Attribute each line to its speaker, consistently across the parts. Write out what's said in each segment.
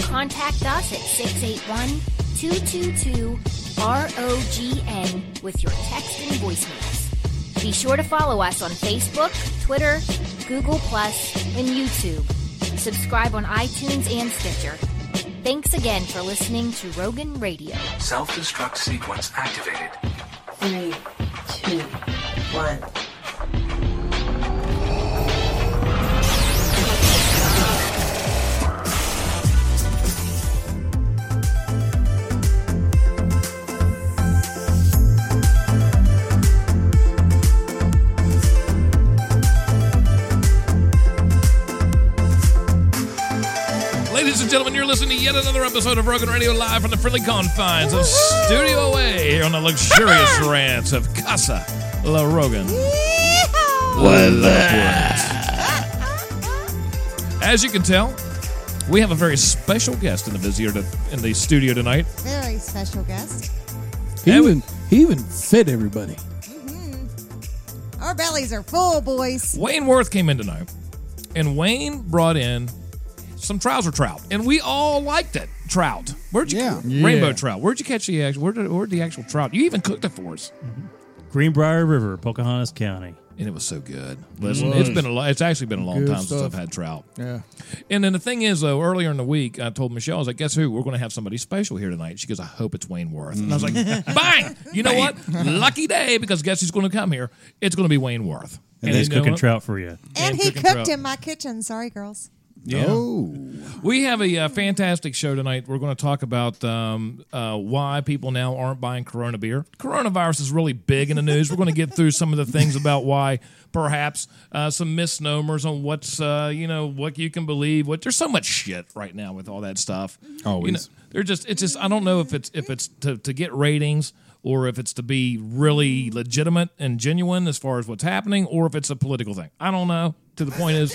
Speaker 1: contact us at 681 222 ROGN with your text and voicemails. Be sure to follow us on Facebook, Twitter, Google, and YouTube. Subscribe on iTunes and Stitcher. Thanks again for listening to Rogan Radio.
Speaker 2: Self destruct sequence activated.
Speaker 3: Three, two, one.
Speaker 4: Ladies and gentlemen, you're listening to yet another episode of Rogan Radio Live from the friendly confines of Studio A here on the luxurious ranch of Casa La Rogan. As you can tell, we have a very special guest in the vizier to, in the studio tonight.
Speaker 5: Very special guest.
Speaker 6: He
Speaker 4: And we-
Speaker 6: even he even fed everybody.
Speaker 5: Our bellies are full, boys.
Speaker 4: Wayne Worth came in tonight, and Wayne brought in some trouser trout, and we all liked it. Trout. Where'd you
Speaker 6: Yeah.
Speaker 4: rainbow
Speaker 7: Yeah.
Speaker 4: trout? Where'd you catch the actual? Where did, where'd the actual trout? You even cooked it for us,
Speaker 7: Greenbrier River, Pocahontas County.
Speaker 4: and it was so good. Listen, it's been a lo- it's actually been a long
Speaker 6: Good
Speaker 4: time since
Speaker 6: stuff.
Speaker 4: I've had trout.
Speaker 6: Yeah.
Speaker 4: And then the thing is, though, earlier in the week, I told Michelle, I was like, guess who? We're going to have somebody special here tonight. She goes, I hope it's Wayne Worth. And I was like,
Speaker 7: Mm-hmm.
Speaker 4: bang! You know what? Lucky day, because guess who's going to come here? It's going to be Wayne Worth.
Speaker 7: And, he's
Speaker 4: you know
Speaker 7: cooking
Speaker 4: what?
Speaker 7: trout for you.
Speaker 5: And
Speaker 4: And
Speaker 5: he
Speaker 4: cooking
Speaker 5: cooked
Speaker 4: trout.
Speaker 5: in my kitchen. Sorry, girls.
Speaker 4: Yeah. We have a uh, fantastic show tonight. We're going to talk about um, uh, why people now aren't buying Corona beer. Coronavirus is really big in the news. We're going to get through some of the things about why, perhaps, uh, some misnomers on what's uh, you know what you can believe. What there's so much shit right now with all that stuff.
Speaker 6: Always.
Speaker 4: You know, they're just it's just I don't know if it's if it's to, to get ratings or if it's to be really legitimate and genuine as far as what's happening or if it's a political thing. I don't know. To the point is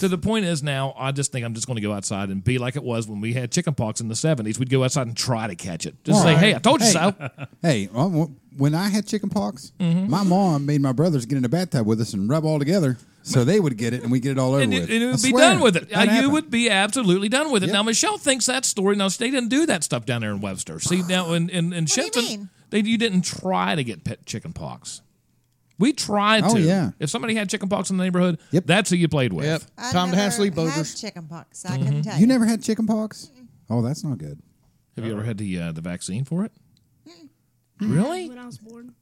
Speaker 4: to the point is now I just think I'm just going to go outside and be like it was when we had chicken pox in the 70s. We'd go outside and try to catch it. Just say,
Speaker 6: Right.
Speaker 4: "Hey, I told you
Speaker 6: Hey.
Speaker 4: so."
Speaker 6: Hey, I w- when I had chicken pox,
Speaker 4: Mm-hmm.
Speaker 6: my mom made my brothers get in a bathtub with us and rub all together so they would get it and we get it all over
Speaker 4: And it,
Speaker 6: with.
Speaker 4: and it
Speaker 6: I
Speaker 4: would be
Speaker 6: swear,
Speaker 4: done with it.
Speaker 6: that
Speaker 4: Uh, you
Speaker 6: happened.
Speaker 4: would be absolutely done with it.
Speaker 6: Yep.
Speaker 4: Now Michelle thinks that story. Now they didn't do that stuff down there in Webster. See now in in, in
Speaker 5: do you
Speaker 4: Shenton,
Speaker 5: mean?
Speaker 4: they you didn't try to get pet chicken pox. We tried
Speaker 6: Oh,
Speaker 4: to.
Speaker 6: yeah.
Speaker 4: If somebody had chicken pox in the neighborhood,
Speaker 6: Yep.
Speaker 4: that's who you played with.
Speaker 8: Yep.
Speaker 5: I
Speaker 8: Time to have
Speaker 5: never had
Speaker 8: sleepovers.
Speaker 5: chicken pox. I can tell you.
Speaker 6: You never had chicken pox? Oh, that's not good.
Speaker 4: Have you ever had the uh, the vaccine for it?
Speaker 6: Mm.
Speaker 4: Really?
Speaker 9: when I was born.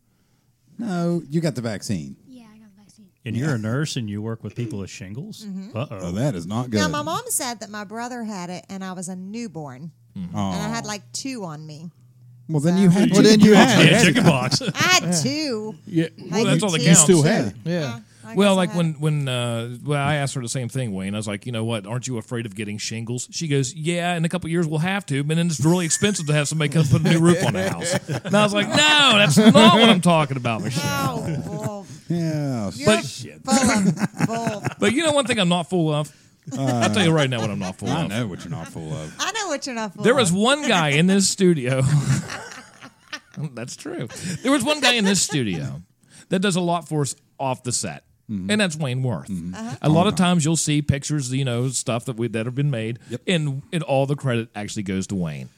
Speaker 6: No, you got the vaccine.
Speaker 9: Yeah, I got the vaccine.
Speaker 7: And you're a nurse and you work with people with shingles? Uh
Speaker 6: Oh,
Speaker 7: oh.
Speaker 6: that is not good.
Speaker 5: Now, my mom said that my brother had it, and I was a newborn,
Speaker 6: Aw.
Speaker 5: and I had like two on me.
Speaker 6: well, then you had.
Speaker 8: Well, then
Speaker 6: chicken
Speaker 8: you
Speaker 6: pox.
Speaker 8: had.
Speaker 7: Yeah, chicken pox.
Speaker 5: I had two.
Speaker 8: Yeah.
Speaker 5: Like
Speaker 4: that's all that
Speaker 5: two.
Speaker 4: counts.
Speaker 8: Still
Speaker 6: Yeah.
Speaker 8: had. Yeah.
Speaker 5: I
Speaker 4: Well,
Speaker 5: guess I
Speaker 4: like
Speaker 5: had
Speaker 4: when when uh, well, I asked her the same thing, Wayne. I was like, you know what? Aren't you afraid of getting shingles? She goes, yeah. In a couple of years, we'll have to, but then it's really expensive to have somebody come put a new roof on the house. And I was like, no, that's not what I'm talking about,
Speaker 5: it.
Speaker 4: Michelle.
Speaker 5: Oh, well,
Speaker 6: Yeah.
Speaker 5: you're
Speaker 4: But-
Speaker 5: full of bull.
Speaker 4: But you know, one thing I'm not full of. I'll tell you right now what I'm not full
Speaker 6: Uh, I
Speaker 4: of.
Speaker 6: know what you're not full of.
Speaker 5: I know what you're not full
Speaker 4: There was
Speaker 5: of.
Speaker 4: one guy in this studio. that's true. There was one guy in this studio that does a lot for us off the set. And that's Wayne Worth. A lot of times you'll see pictures, you know, stuff that we that have been made, and and all the credit actually goes to Wayne.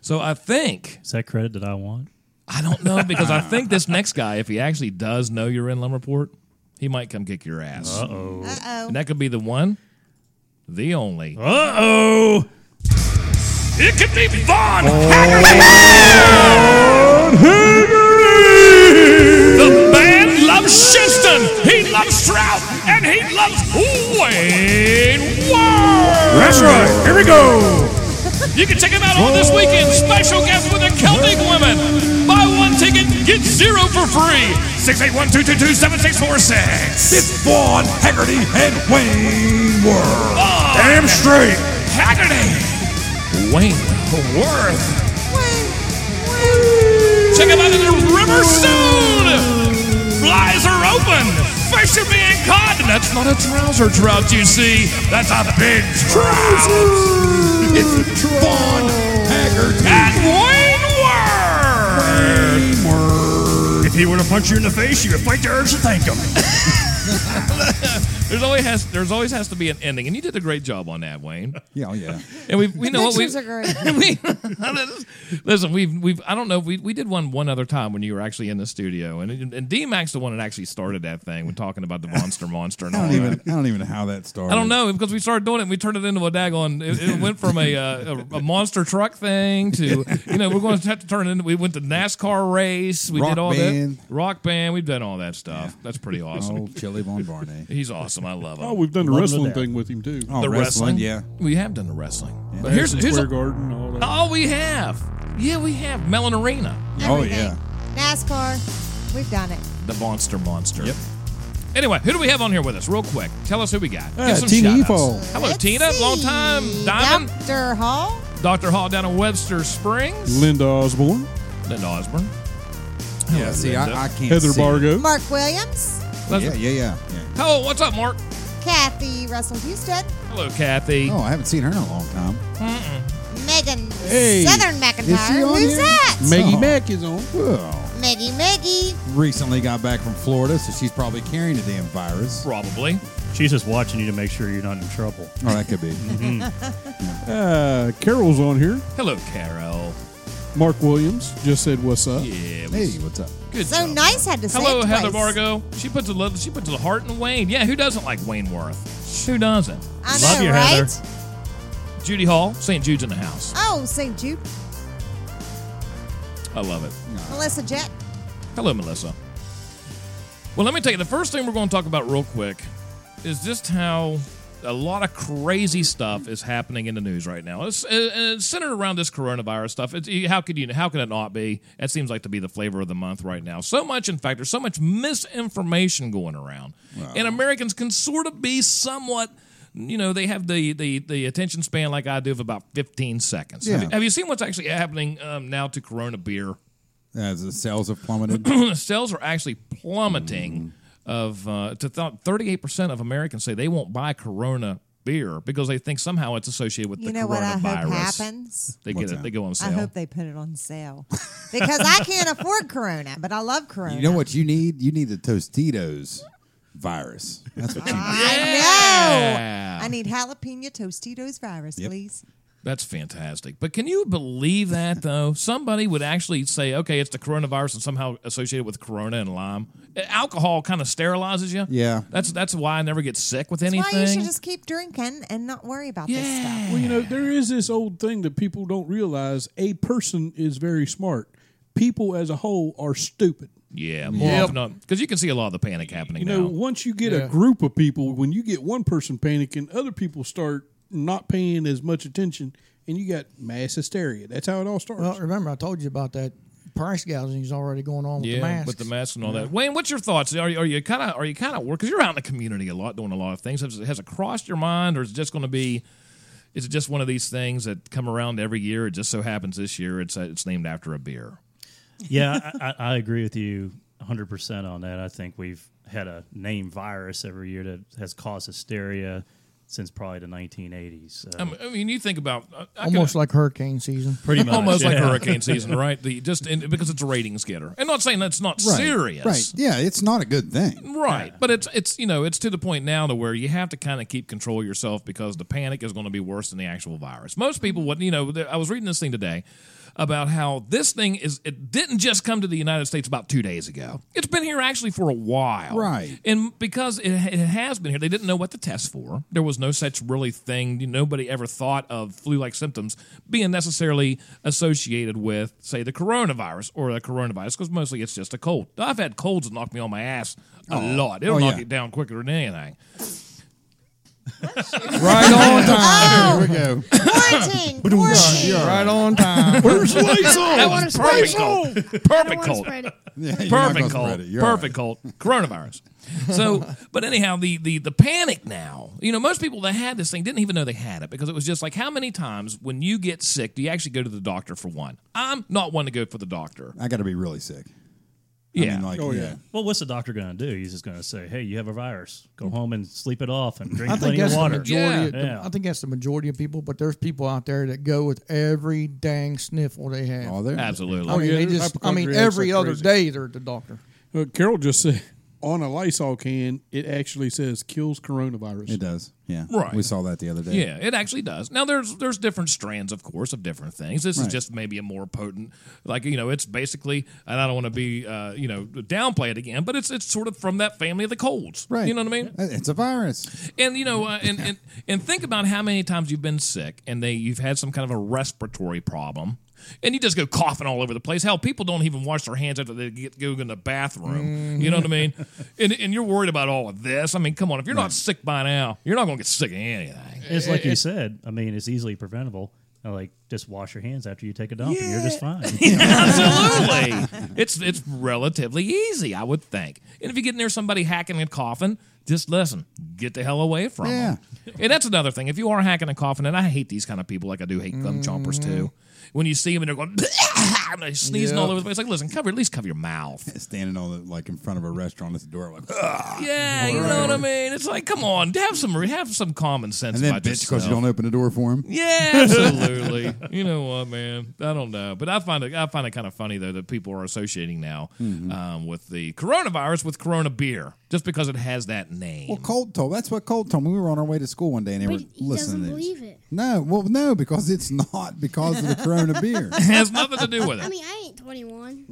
Speaker 4: So I think
Speaker 7: Is that credit that I want?
Speaker 4: I don't know because I think this next guy, if he actually does know you're in Lumberport, he might come kick your ass,
Speaker 7: Uh oh.
Speaker 5: Uh-oh.
Speaker 4: and that could be the one, the only.
Speaker 7: Uh oh.
Speaker 4: It could be Vaughn. The man loves Shiston. He loves Trout. And he loves Wayne Ward. That's right. Here we go. You can check him out on this weekend. Special guest with the Celtic women. Buy one ticket, get zero for free. 681 222 7646.
Speaker 6: It's Vaughn Haggerty and Wayne World.
Speaker 4: Damn straight. Haggerty. Wayne Worth. Check them out at the river soon. Flies are open. Fish are being caught. And that's not a trouser trout, you see. That's a big trout.
Speaker 6: It's Vaughn Haggerty.
Speaker 4: At Wayne Worth.
Speaker 7: If he were to punch you in the face, you would fight the urge to thank him.
Speaker 4: There's always has there's always has to be an ending, and you did a great job on that, Wayne.
Speaker 6: Yeah, oh, yeah.
Speaker 4: And we we know what we
Speaker 5: Pictures are great.
Speaker 4: we, listen, we've we've I don't know if we we did one one other time when you were actually in the studio, and and D Mac's the one that actually started that thing when talking about the monster monster and
Speaker 6: I
Speaker 4: all
Speaker 6: don't even.
Speaker 4: that.
Speaker 6: I don't even know how that started.
Speaker 4: I don't know because we started doing it. and We turned it into a daggone. It, it went from a, uh, a a monster truck thing to you know we're going to have to turn it into. We went to NASCAR race. We
Speaker 6: Rock
Speaker 4: did all
Speaker 6: band.
Speaker 4: that rock band. We've done all that stuff. That's pretty awesome.
Speaker 6: Oh, Chili Von Barney.
Speaker 4: He's awesome. I love him.
Speaker 8: Oh, we've done the
Speaker 10: Love to
Speaker 8: wrestling
Speaker 10: death.
Speaker 8: thing with him too.
Speaker 6: Oh,
Speaker 4: the
Speaker 6: wrestling,
Speaker 4: wrestling,
Speaker 6: yeah.
Speaker 4: we have done the wrestling. But
Speaker 8: Madison
Speaker 4: here's here's
Speaker 8: Square
Speaker 4: a,
Speaker 8: Garden, all that.
Speaker 4: all we have. Yeah, we have Mellon Arena,
Speaker 6: Oh
Speaker 5: Everything.
Speaker 6: yeah.
Speaker 5: NASCAR. We've done it.
Speaker 4: the monster monster. Yep. Anyway, who do we have on here with us? Real quick, tell us who we got.
Speaker 6: Uh,
Speaker 4: Give some
Speaker 6: Tina
Speaker 4: shout-outs.
Speaker 6: Evil.
Speaker 4: Hello,
Speaker 5: Let's
Speaker 4: Tina.
Speaker 5: see.
Speaker 4: Long time diamond.
Speaker 5: Dr. Hall.
Speaker 4: Dr. Hall down in Webster Springs.
Speaker 8: Linda Osborne,
Speaker 4: Linda Osborne.
Speaker 6: Yeah. See,
Speaker 4: Linda.
Speaker 6: I, I can't.
Speaker 8: Oh, Heather
Speaker 6: see.
Speaker 8: Bargo,
Speaker 5: Mark Williams.
Speaker 4: Leslie.
Speaker 6: Yeah, yeah, yeah, yeah.
Speaker 4: Hello, what's up, Mark?
Speaker 5: Kathy Russell Houston.
Speaker 4: Hello, Kathy.
Speaker 6: Oh, I haven't seen her in a long time.
Speaker 5: Megan
Speaker 8: Hey,
Speaker 5: Southern
Speaker 6: she
Speaker 5: McIntyre.
Speaker 6: on
Speaker 5: Who's
Speaker 6: here?
Speaker 5: that?
Speaker 8: Maggie
Speaker 11: Uh-huh.
Speaker 6: Oh.
Speaker 8: Mack is on.
Speaker 6: Well,
Speaker 5: Maggie Maggie.
Speaker 6: recently got back from Florida, so she's probably carrying a damn virus.
Speaker 4: Probably.
Speaker 10: She's just watching you to make sure you're not in trouble.
Speaker 6: Oh, that could be.
Speaker 8: Uh, Carol's on here.
Speaker 4: Hello, Carol.
Speaker 8: Mark Williams just said, "What's up?"
Speaker 4: Yeah. we-
Speaker 6: hey, what's up?
Speaker 4: Good
Speaker 5: So
Speaker 4: job.
Speaker 5: nice had to say
Speaker 4: Hello,
Speaker 5: it
Speaker 4: Heather
Speaker 5: twice.
Speaker 4: Bargo. She puts a love. She puts a heart in Wayne. Yeah, who doesn't like Wayne Worth? Who doesn't?
Speaker 5: I know,
Speaker 10: Love you,
Speaker 5: right?
Speaker 10: Heather.
Speaker 4: Judy Hall, St. Jude's in the house.
Speaker 5: Oh, St. Jude.
Speaker 4: I love it.
Speaker 5: Melissa Jett.
Speaker 4: Hello, Melissa. Well, let me tell you, the first thing we're going to talk about real quick is just how a lot of crazy stuff is happening in the news right now. It's, and it's centered around this coronavirus stuff. It's, how could you? How can it not be? That seems like to be the flavor of the month right now. So much, in fact, there's so much misinformation going around, and Americans can sort of be somewhat. You know they have the, the, the attention span like I do of about 15 seconds. Have,
Speaker 6: Yeah.
Speaker 4: you, have you seen what's actually happening um, now to Corona beer?
Speaker 6: As the sales have plummeted.
Speaker 4: sales are actually plummeting. Of uh, to thirty-eight percent of Americans say they won't buy Corona beer because they think somehow it's associated with
Speaker 5: You
Speaker 4: the
Speaker 5: know what I
Speaker 4: coronavirus.
Speaker 5: hope happens?
Speaker 4: They get
Speaker 6: What's
Speaker 4: it.
Speaker 6: that?
Speaker 4: They go on
Speaker 5: I
Speaker 4: sale.
Speaker 5: hope they put it on sale because I can't afford Corona, but I love Corona.
Speaker 6: you know what you need? You need the Tostitos virus. That's what you need.
Speaker 4: Ah, Yeah.
Speaker 5: I know. I need jalapeno Tostitos virus, please.
Speaker 4: That's fantastic. But can you believe that though? Somebody would actually say, "Okay, it's the coronavirus and somehow associated with Corona and Lyme." Uh, Alcohol kind of sterilizes you.
Speaker 6: Yeah.
Speaker 4: That's that's why I never get sick with
Speaker 5: That's
Speaker 4: anything.
Speaker 5: why you should just keep drinking and not worry about this stuff.
Speaker 8: Well, you know, there is this old thing that people don't realize: a person is very smart. People as a whole are stupid.
Speaker 4: yeah, more often because you can see a lot of the panic happening
Speaker 8: You know,
Speaker 4: now.
Speaker 8: once you get a group of people, when you get one person panicking, other people start not paying as much attention, and you got mass hysteria. That's how it all starts.
Speaker 11: Well, remember I told you about that price gouging is already going on with
Speaker 4: yeah,
Speaker 11: the masks.
Speaker 4: with the mask and all that. Wayne, what's your thoughts? Are you are you kind of are you kind of work because you're out in the community a lot doing a lot of things. Has, has it crossed your mind, or is it just going to be? Is it just one of these things that come around every year? It just so happens this year it's uh, it's named after a beer.
Speaker 10: yeah, I, I, I agree with you 100% on that. I think we've had a name virus every year that has caused hysteria since probably the 1980s. Uh,
Speaker 4: I mean, I mean, you think about I- I can-
Speaker 11: Almost like hurricane season.
Speaker 10: pretty much.
Speaker 4: almost like
Speaker 10: yeah.
Speaker 4: hurricane season, right? The just and, because it's a ratings getter, and not saying that's not
Speaker 6: Right.
Speaker 4: serious,
Speaker 6: Right. Yeah, it's not a good thing.
Speaker 4: Right, but it's it's you know it's to the point now to where you have to kind of keep control of yourself because the panic is going to be worse than the actual virus. Most people would you know there- I was reading this thing today about how this thing is it didn't just come to the United States about two days ago. It's been here actually for a while,
Speaker 6: Right.
Speaker 4: And because it, it has been here, they didn't know what to test for. There was no such really thing. Nobody ever thought of flu-like symptoms being necessarily associated with, say, the coronavirus or the coronavirus, because mostly it's just a cold. I've had colds that knock me on my ass a lot. It'll
Speaker 6: Oh,
Speaker 4: knock
Speaker 6: yeah.
Speaker 4: it down quicker than anything.
Speaker 6: Right on time. Oh. Here we go.
Speaker 5: Quarantine, quarantine.
Speaker 6: Right on time.
Speaker 8: Where's lights
Speaker 4: That
Speaker 8: on?
Speaker 4: was perfect cold. Perfect cold.
Speaker 6: Yeah, you're not
Speaker 4: Perfect
Speaker 6: gonna spread
Speaker 4: cold.
Speaker 6: it. You're all
Speaker 4: Perfect cold. Coronavirus. So, but anyhow, the, the the panic now. You know, most people that had this thing didn't even know they had it because it was just like, how many times when you get sick do you actually go to the doctor for one? I'm not one to go for the doctor.
Speaker 6: right. I got to be really sick.
Speaker 4: Yeah.
Speaker 6: I mean, like,
Speaker 8: Oh,
Speaker 6: yeah.
Speaker 8: yeah.
Speaker 10: Well, what's the doctor going to do? He's just going to say, "Hey, you have a virus. Go home and sleep it off and drink
Speaker 11: I think
Speaker 10: plenty of
Speaker 11: that's the
Speaker 10: water."
Speaker 11: majority.
Speaker 4: Yeah.
Speaker 11: of the-
Speaker 10: Yeah.
Speaker 11: I think that's the majority of people. But there's people out there that go with every dang sniffle they have.
Speaker 6: Oh, there.
Speaker 4: Absolutely.
Speaker 11: I mean,
Speaker 8: yeah,
Speaker 11: they
Speaker 8: there's
Speaker 11: just. I mean,
Speaker 8: hypochondriacs
Speaker 11: every
Speaker 8: like
Speaker 11: other
Speaker 8: crazy.
Speaker 11: day they're at the doctor.
Speaker 8: Uh, Carol just said on a Lysol can, it actually says kills coronavirus.
Speaker 6: It does. Yeah.
Speaker 4: Right.
Speaker 6: We saw that the other day.
Speaker 4: Yeah, it actually does. Now there's there's different strands, of course, of different things. This is
Speaker 6: Right.
Speaker 4: just maybe a more potent, like you know, it's basically, and I don't want to be, uh, you know, downplay it again, but it's it's sort of from that family of the colds,
Speaker 6: Right. Uh,
Speaker 4: You know what I mean?
Speaker 6: It's a virus.
Speaker 4: And you know, uh, and, and and think about how many times you've been sick, and they you've had some kind of a respiratory problem, and you just go coughing all over the place. Hell, people don't even wash their hands after they get go in the bathroom. You know what I mean? And and you're worried about all of this. I mean, come on, if you're not sick by now, you're not going to get sick of anything.
Speaker 10: It's like you said. I mean, it's easily preventable. Uh, Like, just wash your hands after you take a dump, and you're just fine.
Speaker 4: Absolutely. it's it's relatively easy, I would think. And if you get near somebody hacking and coughing, just listen. Get the hell away from
Speaker 6: Yeah.
Speaker 4: them. And that's another thing. If you are hacking and coughing, and I hate these kind of people, like I do hate gum chompers
Speaker 6: Mm.
Speaker 4: too. When you see them and they're going and they're sneezing all over the place, like listen, cover at least cover your mouth.
Speaker 6: Standing on the, like in front of a restaurant at the door, like,
Speaker 4: Yeah, you know what I mean. It's like, come on, have some have some common sense.
Speaker 6: and then
Speaker 4: about
Speaker 6: bitch because you
Speaker 4: yourself.
Speaker 6: don't open the door for him.
Speaker 4: Yeah, absolutely. you know what, man? I don't know, but I find it I find it kind of funny though that people are associating now um, with the coronavirus with Corona beer just because it has that name.
Speaker 6: Well, Colt told. That's what Colt told me. We were on our way to school one day, and they
Speaker 1: But
Speaker 6: were
Speaker 1: he
Speaker 6: listening.
Speaker 1: doesn't
Speaker 6: to
Speaker 1: believe it.
Speaker 6: No, well, no, because it's not because of the Corona beer.
Speaker 4: it has nothing to do with
Speaker 1: I
Speaker 4: it.
Speaker 1: mean, I ain't 21.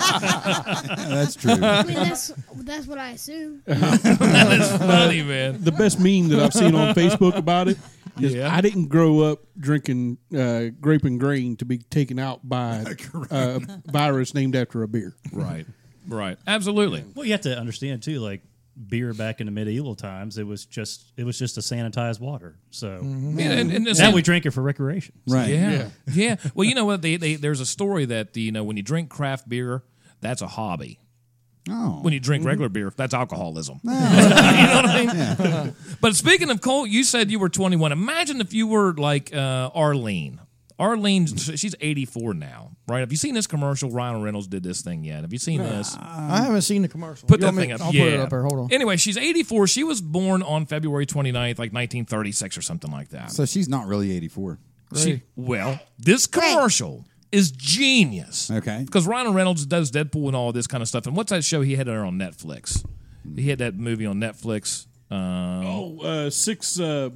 Speaker 6: That's true.
Speaker 1: I mean, that's that's what I assume.
Speaker 4: That is funny, man.
Speaker 8: Uh, the best meme that I've seen on Facebook about it is
Speaker 4: Yeah.
Speaker 8: I didn't grow up drinking uh, grape and grain to be taken out by uh, a virus named after a beer.
Speaker 4: Right, right, absolutely.
Speaker 10: well, you have to understand too, like beer back in the medieval times, it was just it was just a sanitized water. So
Speaker 4: Yeah, and, and the
Speaker 10: now
Speaker 4: same-
Speaker 10: we drink it for recreation.
Speaker 6: Right.
Speaker 4: Yeah. yeah. Well, you know what? They, they, there's a story that you know when you drink craft beer, that's a hobby.
Speaker 6: Oh.
Speaker 4: When you drink regular beer, that's alcoholism. you know what I mean? But speaking of Colt, you said you were 21. Imagine if you were like uh, Arlene. Arlene, she's 84 now, right? Have you seen this commercial? Ryan Reynolds did this thing yet. Have you seen this?
Speaker 3: Um,
Speaker 11: I haven't seen the commercial.
Speaker 4: Put
Speaker 11: You
Speaker 4: that
Speaker 11: want me-
Speaker 4: thing up.
Speaker 11: I'll
Speaker 4: yeah.
Speaker 11: put it up there. Hold on.
Speaker 4: Anyway, she's 84. She was born on February 29th, like 1936 or something like that.
Speaker 6: So she's not really 84.
Speaker 4: She, well, this commercial is genius.
Speaker 6: Okay.
Speaker 4: Because Ryan Reynolds does Deadpool and all this kind of stuff. And what's that show he had there on Netflix? He had that movie on Netflix. Um,
Speaker 8: Oh, uh, six. Uh,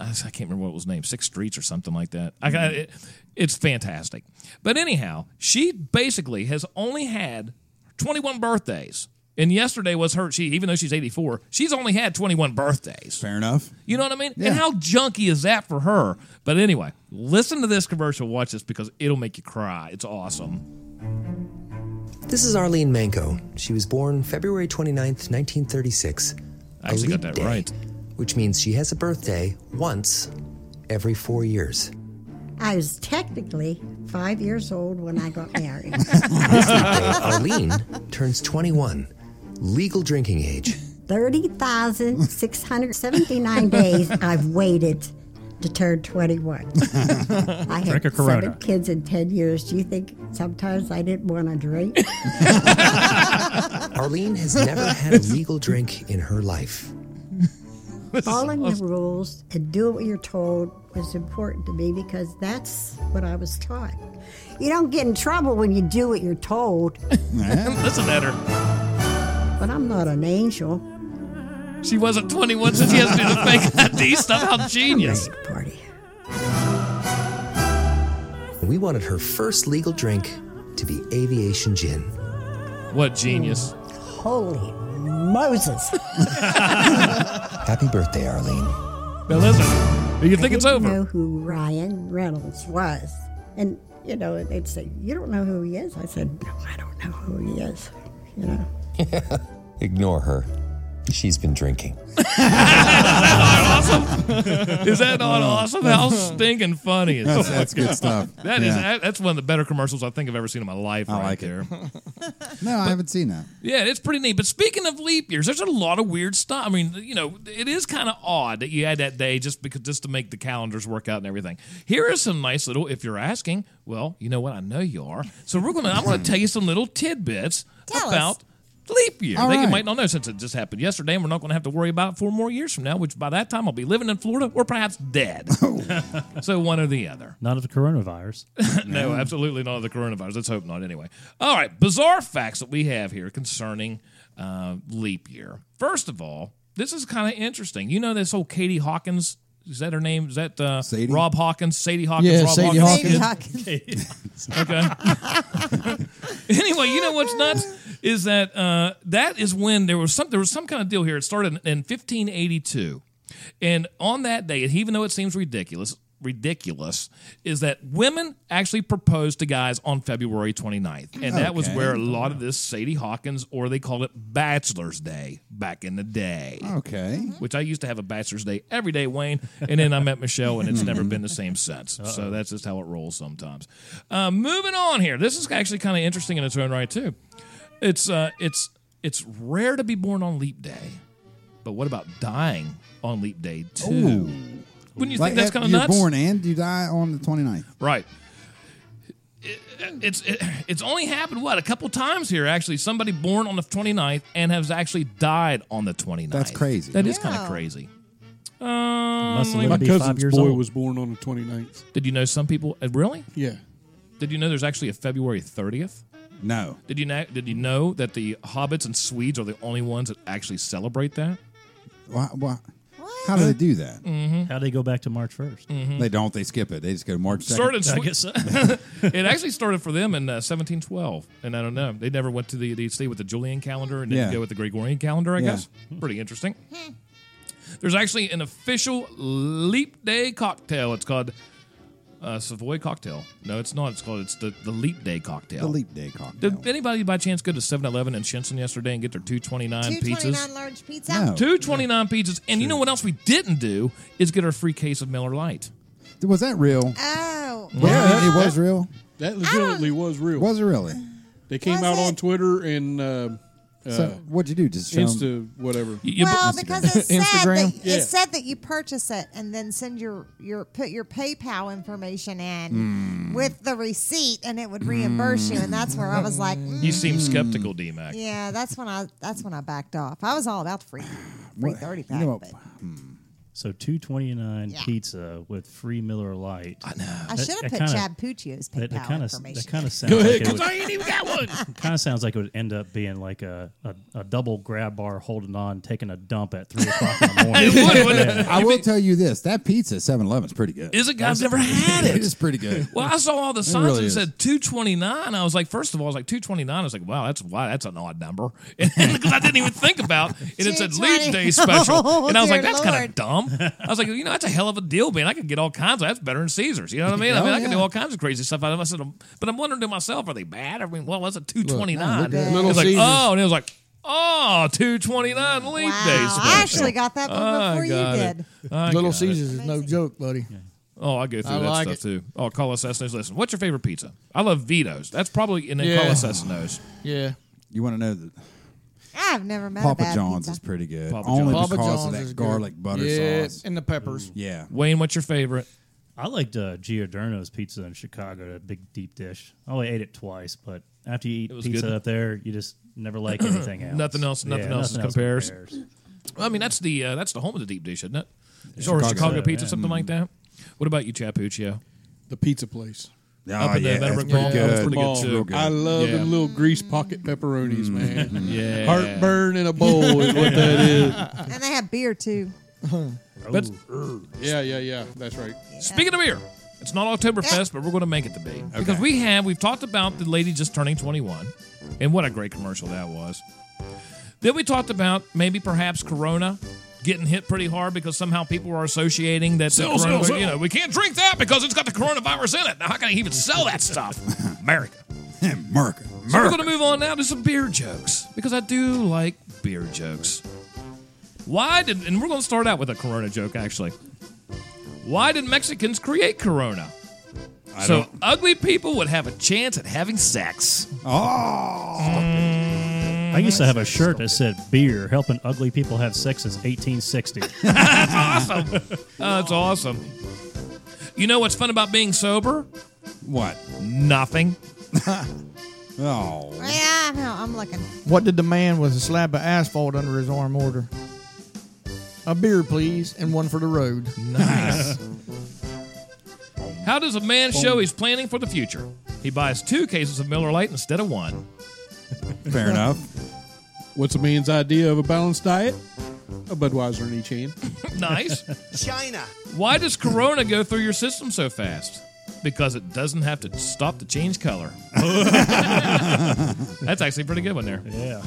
Speaker 4: I, I can't remember what it was named, Six Streets or something like that. I got it, it's fantastic. But anyhow, she basically has only had 21 birthdays. And yesterday was her she even though she's 84, she's only had 21 birthdays.
Speaker 6: Fair enough.
Speaker 4: You know what I mean?
Speaker 6: Yeah.
Speaker 4: And how junky is that for her? But anyway, listen to this commercial, watch this because it'll make you cry. It's awesome.
Speaker 3: This is Arlene Manco. She was born February 29th, 1936.
Speaker 4: I actually got
Speaker 3: leap
Speaker 4: that
Speaker 3: day,
Speaker 4: right.
Speaker 3: Which means she has a birthday once every four years.
Speaker 12: I was technically five years old when I got married.
Speaker 3: Arlene turns 21, legal drinking age.
Speaker 12: 30,679 days I've waited to turn 21. I
Speaker 10: Drink a
Speaker 12: had
Speaker 10: Corona.
Speaker 12: seven kids in 10 years. Do you think sometimes I didn't want to drink?
Speaker 3: Arlene has never had a legal drink in her life.
Speaker 12: Following the rules and doing what you're told was important to me because that's what I was taught. You don't get in trouble when you do what you're told,
Speaker 4: Listen at her.
Speaker 12: but I'm not an angel.
Speaker 4: She wasn't 21, so she has to do the fake ID stuff. How genius.
Speaker 12: Party.
Speaker 3: We wanted her first legal drink to be aviation gin.
Speaker 4: What genius.
Speaker 12: Holy Moses.
Speaker 3: Happy birthday, Arlene.
Speaker 4: Now listen. You think it's
Speaker 12: didn't
Speaker 4: over.
Speaker 12: know who Ryan Reynolds was. And, you know, they'd say, You don't know who he is? I said, No, I don't know who he is. You know,
Speaker 3: Ignore her. She's been drinking.
Speaker 4: Is that not awesome? How stinking funny is that?
Speaker 6: Oh. That's good stuff.
Speaker 4: That is
Speaker 6: Yeah.
Speaker 4: that- that's one of the better commercials I think I've ever seen in my life.
Speaker 6: I
Speaker 4: right
Speaker 6: like it.
Speaker 4: there.
Speaker 6: No, I haven't seen that.
Speaker 4: yeah, it's pretty neat. But speaking of leap years, there's a lot of weird stuff. I mean, you know, it is kind of odd that you had that day just because just to make the calendars work out and everything. Here are some nice little. If you're asking, well, you know what? I know you are. So we're gonna. I'm gonna tell you some little tidbits
Speaker 5: Tell us.
Speaker 4: about leap year.
Speaker 7: All
Speaker 4: They- You
Speaker 7: right.
Speaker 4: might not know since it just happened yesterday, and we're not going to have to worry about it four more years from now, which by that time I'll be living in Florida or perhaps dead. so one or the other.
Speaker 10: Not of the coronavirus.
Speaker 4: no, absolutely not of the coronavirus. Let's hope not anyway. All right, bizarre facts that we have here concerning uh, leap year. First of all, this is kind of interesting. You know this whole Katie Hawkins. Is that her name? Is that uh, Rob Hawkins? Sadie Hawkins?
Speaker 11: Yeah,
Speaker 4: Rob
Speaker 11: Sadie
Speaker 4: Hawkins.
Speaker 11: Hawkins.
Speaker 4: Sadie Hawkins. okay. anyway, you know what's nuts is that uh, that is when there was some there was some kind of deal here. It started in 1582, and on that day, and even though it seems ridiculous, ridiculous is that women actually proposed to guys on February 29th, and that was
Speaker 7: Okay.
Speaker 4: where a lot of this Sadie Hawkins, or they called it Bachelor's Day back in the day.
Speaker 6: Okay.
Speaker 4: Mm-hmm. Which I used to have a Bachelor's Day every day, Wayne, and then I met Michelle, and
Speaker 6: Mm-hmm.
Speaker 4: it's never been the same since. So that's just how it rolls sometimes. Uh, moving on here, this is actually kind of interesting in its own right too. It's uh, it's it's rare to be born on Leap Day, but what about dying on Leap Day too?
Speaker 6: Ooh.
Speaker 4: Wouldn't you
Speaker 6: Like
Speaker 4: think that's
Speaker 6: after
Speaker 4: kind of
Speaker 6: you're
Speaker 4: nuts?
Speaker 6: born and you die on the 29th.
Speaker 4: Right. It- It's it- it's only happened what a couple times here actually somebody born on the 29th and has actually died on the 29th
Speaker 6: That's crazy.
Speaker 4: That is kind
Speaker 6: Yeah.
Speaker 4: of crazy um,
Speaker 8: My
Speaker 4: like-
Speaker 8: cousin's boy was born on the 29th.
Speaker 4: did you know some people uh, really
Speaker 8: Yeah.
Speaker 4: did you know there's actually a February 30th
Speaker 6: no
Speaker 4: did you know did you know that the hobbits and Swedes are the only ones that actually celebrate that
Speaker 6: Why, why, How do they do that?
Speaker 4: Mm-hmm.
Speaker 10: How do they go back to March 1st?
Speaker 6: They don't. They skip it. They just go to March 2nd.
Speaker 4: started. Swe- it actually started for them in uh, 1712, and I don't know. They never went to the they stayed with the Julian calendar and didn't
Speaker 6: Yeah.
Speaker 4: go with the Gregorian calendar. I
Speaker 6: Yeah.
Speaker 4: guess pretty interesting. There's actually an official Leap Day cocktail. It's called uh, Savoy cocktail. No, it's not. It's called it's the, the Leap Day cocktail.
Speaker 6: The Leap Day cocktail.
Speaker 4: Did anybody by chance go to 7-Eleven in Shinson yesterday and get their 229
Speaker 5: 229
Speaker 4: pizzas?
Speaker 5: large pizza.
Speaker 4: 229 pizzas. And you know what else we didn't do is get our free case of Miller Lite.
Speaker 6: Was that real?
Speaker 5: Oh.
Speaker 6: Yeah, it was real.
Speaker 8: That legitimately was real.
Speaker 6: Was it really?
Speaker 8: They came out on Twitter and uh,
Speaker 6: So
Speaker 8: uh,
Speaker 6: what'd you do? Just show 'em-
Speaker 8: Insta whatever.
Speaker 5: well, because it said that
Speaker 8: Yeah.
Speaker 5: it said that you purchase it and then send your your put your PayPal information in with the receipt, and it would reimburse you. And that's where I was like, mm,
Speaker 4: You
Speaker 6: Hmm.
Speaker 4: seem skeptical, D-Mac.
Speaker 5: yeah, that's when I that's when I backed off. I was all about the free free thirty pack. but
Speaker 6: uh,
Speaker 10: So two twenty nine pizza with free Miller Lite. I know.
Speaker 5: I should have put Chad Puccio's PayPal
Speaker 10: kinda,
Speaker 5: information.
Speaker 10: That kind of sounds.
Speaker 8: Go ahead,
Speaker 10: like it
Speaker 8: 'cause I ain't even got one.
Speaker 10: Kind of sounds like it would end up being like a, a, a double grab bar holding on, taking a dump at three o'clock in the morning.
Speaker 6: I will tell you this: that pizza at 7-Eleven is pretty good.
Speaker 4: Is it? I've never had it.
Speaker 6: it is pretty good.
Speaker 4: Well, I saw all the
Speaker 6: It
Speaker 4: signs
Speaker 6: really
Speaker 4: that
Speaker 6: is.
Speaker 4: said 229. I was like, first of all, I was like 229. I was like, wow, that's wow, that's an odd number because I didn't even think about. And it said leap
Speaker 7: 220.
Speaker 4: day special, and I
Speaker 7: Oh,
Speaker 4: was
Speaker 7: dear
Speaker 4: like, that's kind
Speaker 7: Lord.
Speaker 4: of dumb. I was like, you know, that's a hell of a deal, man. I could get all kinds. of That's better than Caesars. You know what I mean? I
Speaker 7: Oh,
Speaker 4: mean, I could
Speaker 7: yeah.
Speaker 4: do all kinds of crazy stuff. I, I said, um, but I'm wondering to myself, are they bad? I mean, well, that's a
Speaker 7: look
Speaker 4: 229.
Speaker 7: at that.
Speaker 4: It was
Speaker 7: Little
Speaker 4: like,
Speaker 7: Caesars.
Speaker 4: oh, and it was like. Oh, 229 leap day
Speaker 5: Wow,
Speaker 4: special.
Speaker 5: I actually got that one
Speaker 4: I
Speaker 5: before you
Speaker 4: got it.
Speaker 5: did.
Speaker 4: I
Speaker 11: Little
Speaker 4: got it.
Speaker 11: Caesars is no joke, buddy.
Speaker 4: Oh, I go through
Speaker 11: I
Speaker 4: that
Speaker 11: like
Speaker 4: stuff
Speaker 11: it.
Speaker 4: too. Oh, Colasesos. Listen, what's your favorite pizza? I love Vito's. That's probably in
Speaker 11: Yeah.
Speaker 4: yeah. Colasesos.
Speaker 11: Yeah.
Speaker 6: You want to know that
Speaker 5: I've never met a
Speaker 6: Papa
Speaker 5: bad
Speaker 6: John's
Speaker 5: pizza.
Speaker 6: is pretty good,
Speaker 4: Papa
Speaker 6: only
Speaker 4: John's.
Speaker 6: because of
Speaker 4: John's is
Speaker 6: that
Speaker 4: good.
Speaker 6: garlic butter
Speaker 11: Yeah,
Speaker 6: sauce.
Speaker 11: and the peppers.
Speaker 6: Yeah.
Speaker 4: Wayne, what's your favorite?
Speaker 10: I liked uh, Giordano's pizza in Chicago, that big deep dish. I only ate it twice, but after you eat
Speaker 4: was
Speaker 10: pizza
Speaker 4: good.
Speaker 10: up there, you just never like anything else.
Speaker 4: Nothing else. Nothing
Speaker 10: Yeah,
Speaker 4: else compares. Well, I mean, that's the uh, that's the home of the deep dish, isn't it? or Chicago,
Speaker 10: Chicago.
Speaker 4: pizza,
Speaker 10: Yeah. Mm-hmm.
Speaker 4: something like that. What about you, Chapuccio?
Speaker 8: The pizza place.
Speaker 6: Oh,
Speaker 4: Up in the
Speaker 6: yeah, that's
Speaker 4: Meadowbrook
Speaker 6: pretty
Speaker 4: Mall.
Speaker 6: good.
Speaker 4: That's pretty
Speaker 8: Ball.
Speaker 4: good too.
Speaker 8: I love
Speaker 4: Yeah.
Speaker 8: them little grease pocket pepperonis, man.
Speaker 4: Yeah.
Speaker 8: Heartburn in a bowl is what that is.
Speaker 5: and they have beer too.
Speaker 4: But
Speaker 8: Yeah, yeah, yeah. That's right.
Speaker 4: Speaking of beer, it's not Oktoberfest, but we're going to make it to be because we have we've talked about the lady just turning 21, and what a great commercial that was. Then we talked about maybe perhaps Corona getting hit pretty hard because somehow people are associating that the
Speaker 7: Sell, sell,
Speaker 4: coronavirus-
Speaker 7: sell.
Speaker 4: you know we can't drink that because it's got the coronavirus in it. Now how can I even sell that stuff? America.
Speaker 6: America.
Speaker 4: So we're going to move on now to some beer jokes because I do like beer jokes. Why did and we're going to start out with a Corona joke actually. Why did Mexicans create Corona?
Speaker 7: I
Speaker 4: so
Speaker 7: don't-
Speaker 4: ugly people would have a chance at having sex.
Speaker 6: Oh.
Speaker 7: Mm.
Speaker 10: I used to have a shirt that said "Beer helping ugly people have sex since 1860."
Speaker 4: That's awesome. Oh, that's awesome. You know what's fun about being sober?
Speaker 6: What?
Speaker 4: Nothing.
Speaker 6: Oh.
Speaker 5: Yeah, I know. I'm looking.
Speaker 11: What did the man with a slab of asphalt under his arm order? A beer, please, and one for the road.
Speaker 4: Nice. How does a man show he's planning for the future? He buys two cases of Miller Lite instead of one.
Speaker 6: Fair enough.
Speaker 8: What's a man's idea of a balanced diet? A Budweiser in each hand.
Speaker 4: Nice. China. Why does Corona go through your system so fast? Because it doesn't have to stop to change color. That's actually a pretty good one there.
Speaker 10: Yeah.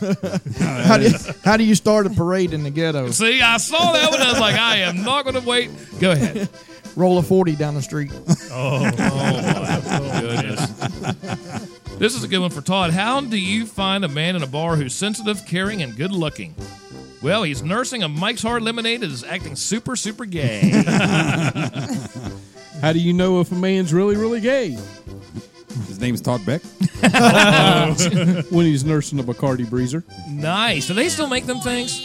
Speaker 11: how, do you, how do you start a parade in the ghetto?
Speaker 4: See, I saw that one. I was like, I am not going to wait. Go ahead.
Speaker 11: Roll a 40 down the street.
Speaker 4: Oh, my goodness. This is a good one for Todd. How do you find a man in a bar who's sensitive, caring, and good looking? Well, he's nursing a Mike's Hard Lemonade and is acting super, super gay.
Speaker 8: How do you know if a man's really, really gay?
Speaker 6: His name's Todd Beck.
Speaker 8: Uh,
Speaker 4: Uh.
Speaker 8: when he's nursing a Bacardi Breezer.
Speaker 4: nice. Do they still make them things?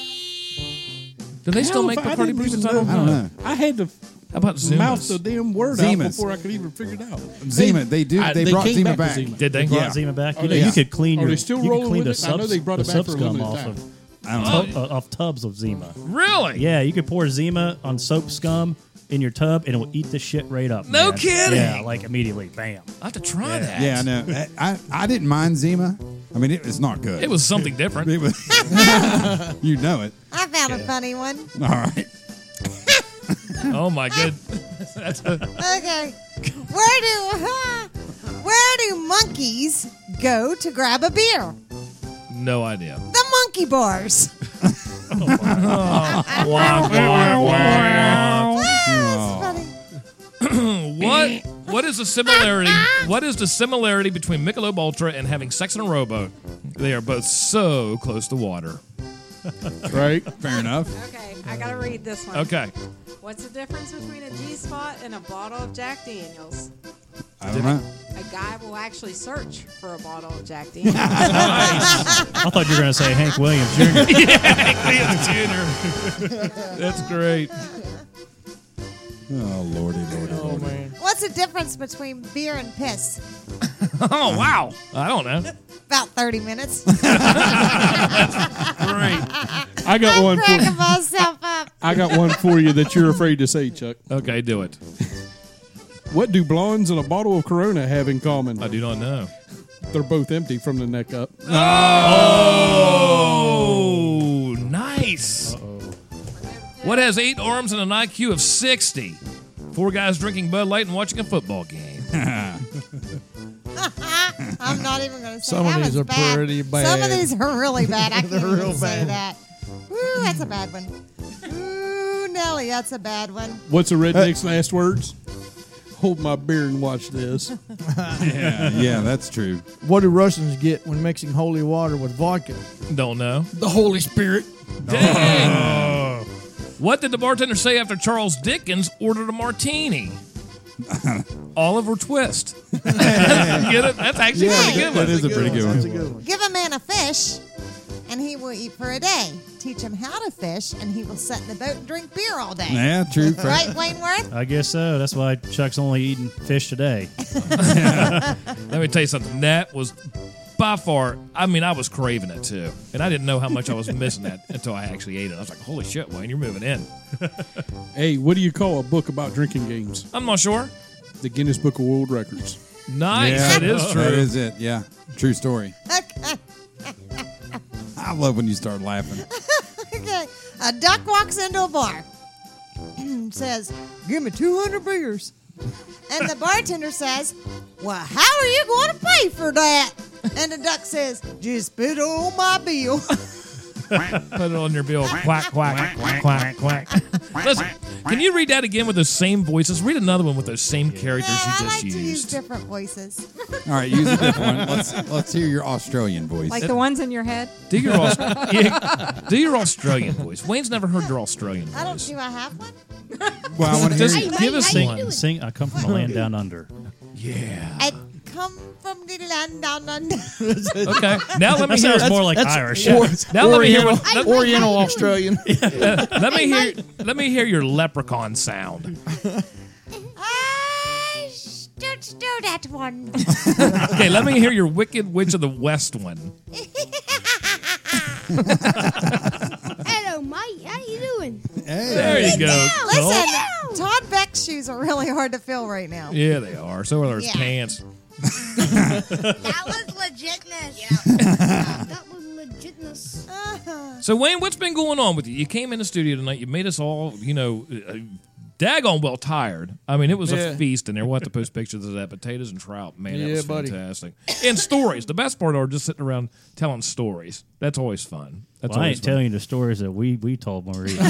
Speaker 4: Do they still make
Speaker 8: I
Speaker 4: Bacardi
Speaker 8: didn't
Speaker 4: Breezes?
Speaker 8: even know. I had to
Speaker 4: How about Zumas?
Speaker 8: mouth the damn word
Speaker 6: Zemas.
Speaker 8: out before I could even figure it out.
Speaker 6: Zima, they do.
Speaker 8: I-
Speaker 6: they, brought
Speaker 8: came
Speaker 6: Zima
Speaker 8: to
Speaker 6: back.
Speaker 8: Zima.
Speaker 4: Did they?
Speaker 10: Brought
Speaker 6: Yeah.
Speaker 10: Zima back. You,
Speaker 8: Are
Speaker 10: know,
Speaker 8: they-
Speaker 10: you could clean
Speaker 8: are
Speaker 10: your.
Speaker 8: they still
Speaker 10: you could
Speaker 8: rolling
Speaker 10: clean
Speaker 8: with
Speaker 10: the
Speaker 8: it? I know
Speaker 10: subs,
Speaker 8: they brought it
Speaker 10: the sub
Speaker 8: back for a
Speaker 10: scum
Speaker 8: limited
Speaker 10: off
Speaker 8: time.
Speaker 10: of,
Speaker 6: I don't know.
Speaker 4: Oh.
Speaker 10: tub, uh, off tubs of Zima.
Speaker 4: Really?
Speaker 10: Yeah, you could pour Zima on soap scum in your tub, and it will eat the shit right up.
Speaker 4: No
Speaker 10: man.
Speaker 4: kidding.
Speaker 10: Yeah, like immediately, bam.
Speaker 4: I have to try that.
Speaker 6: Yeah, I know. I, I, I didn't mind Zima. I mean, it, it's not good.
Speaker 4: It was something different.
Speaker 6: It was- you know it.
Speaker 5: I found a funny one.
Speaker 6: All right.
Speaker 4: oh my good. That's a,
Speaker 5: Okay. Where do where do monkeys go to grab a beer?
Speaker 4: no idea.
Speaker 5: The monkey bars. Ah, that's funny.
Speaker 4: What what is the similarity? What is the similarity between Michelob Ultra and having sex in a rowboat? They are both so close to water.
Speaker 8: Right?
Speaker 6: Fair enough.
Speaker 13: Okay, I gotta read this one.
Speaker 4: Okay.
Speaker 13: What's the difference between a G spot and a bottle of Jack Daniels?
Speaker 6: I don't know.
Speaker 13: A guy will actually search for a bottle of Jack Daniels.
Speaker 10: I thought you were going to say Hank Williams Jr.
Speaker 4: That's great.
Speaker 6: Oh, lordy, lordy, lordy.
Speaker 5: What's the difference between beer and piss?
Speaker 4: Oh wow. I don't know.
Speaker 5: About 30 minutes.
Speaker 4: Great.
Speaker 8: I got
Speaker 5: I'm
Speaker 8: one
Speaker 5: cracking
Speaker 8: for
Speaker 5: myself up.
Speaker 8: I got one for you that you're afraid to say, Chuck.
Speaker 4: Okay, do it.
Speaker 8: What do blondes and a bottle of Corona have in common?
Speaker 4: I do not know.
Speaker 8: They're both empty from the neck up.
Speaker 4: Oh, nice. What has eight arms and an IQ of 60? Four guys drinking Bud Light and watching a football game.
Speaker 5: I'm not even going to say
Speaker 11: Some of
Speaker 5: that
Speaker 11: these
Speaker 5: one's
Speaker 11: are pretty bad.
Speaker 5: Some of these are really bad. I can't even
Speaker 11: real
Speaker 5: say that. Ooh, that's a bad one. Ooh, Nelly, that's a bad one.
Speaker 8: What's a redneck's last words? Hold my beer and watch this.
Speaker 6: Yeah, yeah, that's true.
Speaker 11: What do Russians get when mixing holy water with vodka?
Speaker 4: Don't know.
Speaker 11: The Holy Spirit.
Speaker 4: Dang. What did the bartender say after Charles Dickens ordered a martini? Oliver Twist. Get it? That's actually a pretty good
Speaker 6: that
Speaker 4: one.
Speaker 6: is a pretty good one.
Speaker 11: That's a good one.
Speaker 5: Give a man a fish, and he will eat for a day. Teach him how to fish, and he will sit in the boat and drink beer all day.
Speaker 6: Yeah, true. Fair-
Speaker 5: Right, Wayneworth?
Speaker 10: I guess so. That's why Chuck's only eating fish today.
Speaker 4: Let me tell you something. That was by far, I mean, I was craving it too. And I didn't know how much I was missing that until I actually ate it. I was like, holy shit, Wayne, you're moving in.
Speaker 8: Hey, what do you call a book about drinking games?
Speaker 4: I'm not sure.
Speaker 8: The Guinness Book of World Records.
Speaker 4: Nice.
Speaker 6: Yeah,
Speaker 4: It is true.
Speaker 6: That is it. Yeah, true story.
Speaker 5: Okay.
Speaker 6: I love when you start laughing.
Speaker 5: okay. A duck walks into a bar and says, Give me 200 beers. And the bartender says, Well, how are you going to pay for that? And the duck says, Just spit on my bill.
Speaker 4: Put it on your bill. Quack, quack, quack, quack. Listen, can you read that again with those same voices? Read another one with those same characters
Speaker 5: Yeah, I
Speaker 4: you
Speaker 5: like
Speaker 4: just
Speaker 5: to use
Speaker 4: used.
Speaker 5: different voices.
Speaker 6: All right, use a different one. Let's let's hear your Australian voice.
Speaker 13: like the ones in your head.
Speaker 4: Do your, Aus- yeah, do your Australian voice. Wayne's never heard your Australian
Speaker 5: I don't.
Speaker 4: voice.
Speaker 5: Do I have one?
Speaker 6: well, I want to
Speaker 4: Just
Speaker 6: hear. you.
Speaker 4: give us
Speaker 10: Sing,
Speaker 4: one.
Speaker 10: sing. I come from a land down under.
Speaker 4: Yeah.
Speaker 5: I come from the land down under.
Speaker 4: Okay. Now let me
Speaker 10: That
Speaker 4: hear.
Speaker 10: sounds more like Irish.
Speaker 11: Or-
Speaker 4: Now let me hear
Speaker 11: Oriental,
Speaker 4: what- let-
Speaker 11: Oriental Australian.
Speaker 4: Let me hear. Let me hear your leprechaun sound.
Speaker 5: I stood witch do that one?
Speaker 4: okay, let me hear your Wicked Witch of the West one.
Speaker 9: Hello, Mike. How you doing?
Speaker 4: There you go.
Speaker 5: Listen, Todd Beck's shoes are really hard to fill right now.
Speaker 4: Yeah, they are. So are his
Speaker 5: Yeah.
Speaker 4: pants.
Speaker 9: that was legitness. Yeah. that was legitness. Uh-huh.
Speaker 4: So Wayne, what's been going on with you? You came in the studio tonight. You made us all, you know, uh, daggone well tired. I mean, it was
Speaker 11: Yeah.
Speaker 4: a feast in there. We'll have to post pictures of that potatoes and trout. Man, that
Speaker 11: Yeah,
Speaker 4: was
Speaker 11: buddy.
Speaker 4: fantastic. and stories. The best part are just sitting around telling stories. That's always fun. That's
Speaker 10: Well, I
Speaker 4: always
Speaker 10: ain't
Speaker 4: fun.
Speaker 10: telling you the stories that we we told Marie.
Speaker 4: no,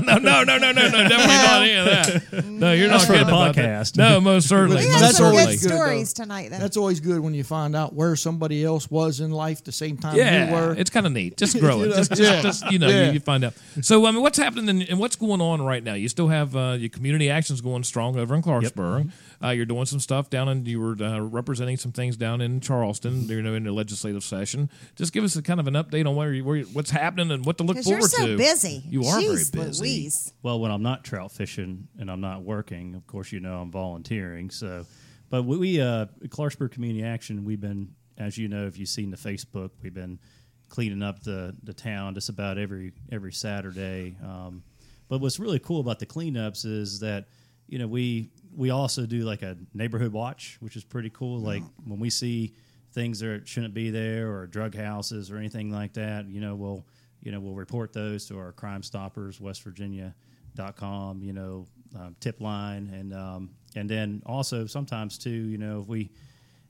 Speaker 4: no, no, no, no, no, definitely not any of that. No, you're
Speaker 10: That's
Speaker 4: not
Speaker 10: for
Speaker 4: kidding
Speaker 10: the
Speaker 4: about that.
Speaker 10: podcast.
Speaker 4: No, most certainly.
Speaker 5: We
Speaker 4: most
Speaker 5: had some
Speaker 4: certainly.
Speaker 5: good stories tonight. Then.
Speaker 11: That's always good when you find out where somebody else was in life the same time
Speaker 4: yeah,
Speaker 11: you were.
Speaker 4: it's kind of neat. Just
Speaker 11: You
Speaker 4: growing,
Speaker 11: know?
Speaker 4: just, just,
Speaker 11: Yeah.
Speaker 4: just, you know,
Speaker 11: Yeah.
Speaker 4: you, you find out. So, I mean, what's happening and- and what's going on right now? You still have uh, your community actions going strong over in Clarksburg. Uh, you're doing some stuff down, and you were uh, representing some things down in Charleston. You know, in the legislative session. Just give us a kind of an update on where, you, where you, what's happening and what to look
Speaker 5: 'Cause you're
Speaker 4: forward
Speaker 5: so
Speaker 4: to.
Speaker 5: busy.
Speaker 4: You are
Speaker 5: Jeez
Speaker 4: very busy.
Speaker 5: Louise.
Speaker 10: Well, when I'm not trout fishing and I'm not working, of course, you know I'm volunteering. So, but we, we uh, at Clarksburg Community Action, we've been, as you know, if you've seen the Facebook, we've been cleaning up the, the town just about every every Saturday. Um, but what's really cool about the cleanups is that you know we we also do like a neighborhood watch, which is pretty cool. Like when we see things that shouldn't be there or drug houses or anything like that, you know, we'll you know we'll report those to our Crime Stoppers West Virginia dot com, you know, um, tip line, and um, and then also sometimes too, you know, if we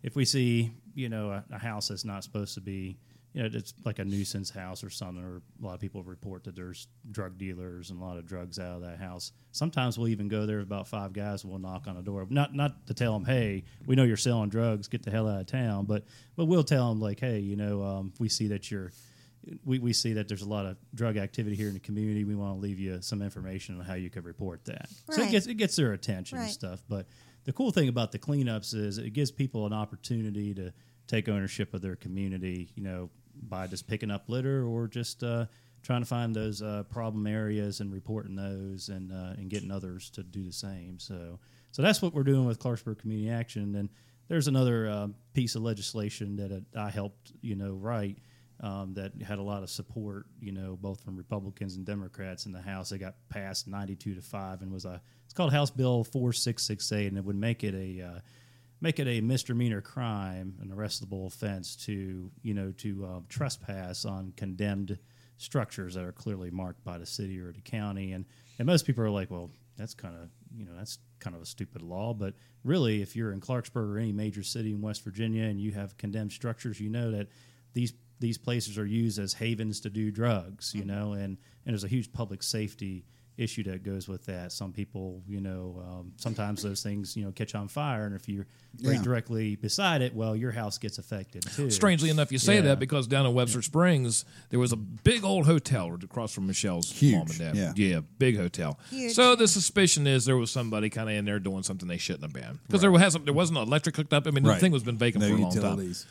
Speaker 10: if we see you know a, a house that's not supposed to be, you know, it's like a nuisance house or something, or a lot of people report that there's drug dealers and a lot of drugs out of that house. Sometimes we'll even go there. About five guys will knock on a door, not not to tell them, hey, we know you're selling drugs, get the hell out of town, but but we'll tell them like, hey, you know, um, we see that you're we, we see that there's a lot of drug activity here in the community. We want to leave you some information on how you could report that. So it
Speaker 14: Right.
Speaker 10: gets it gets their attention
Speaker 14: Right.
Speaker 10: and stuff. But the cool thing about the cleanups is it gives people an opportunity to take ownership of their community. You know, by just picking up litter or just uh, trying to find those uh, problem areas and reporting those and uh, and getting others to do the same. So so that's what we're doing with Clarksburg Community Action. And there's another um piece of legislation that uh, I helped you know write um, that had a lot of support, you know, both from Republicans and Democrats in the House. It got passed 92 to five and was a it's called House Bill 4668, and it would make it a uh, make it a misdemeanor crime, an arrestable offense to you know to uh, trespass on condemned structures that are clearly marked by the city or the county. And and most people are like, well, that's kind of you know that's kind of a stupid law. But really, if you're in Clarksburg or any major city in West Virginia and you have condemned structures, you know that these these places are used as havens to do drugs,
Speaker 4: Mm-hmm.
Speaker 10: you know, and, and there's a huge public safety issue that goes with that. Some people, you know, um, sometimes those things, you know, catch on fire, and if you're right
Speaker 4: Yeah.
Speaker 10: directly beside it, well, your house gets affected too.
Speaker 4: Strangely enough, you say
Speaker 10: Yeah.
Speaker 4: that because down in Webster Springs there was a big old hotel right across from Michelle's mom and dad.
Speaker 6: yeah.
Speaker 4: big hotel.
Speaker 6: Huge.
Speaker 4: So the suspicion is there was somebody kind of in there doing something they shouldn't have been because there
Speaker 6: Right.
Speaker 4: hasn't there wasn't electric hooked up. I mean, the
Speaker 6: Right.
Speaker 4: thing was been vacant
Speaker 6: No
Speaker 4: for a long
Speaker 6: utilities.
Speaker 4: time.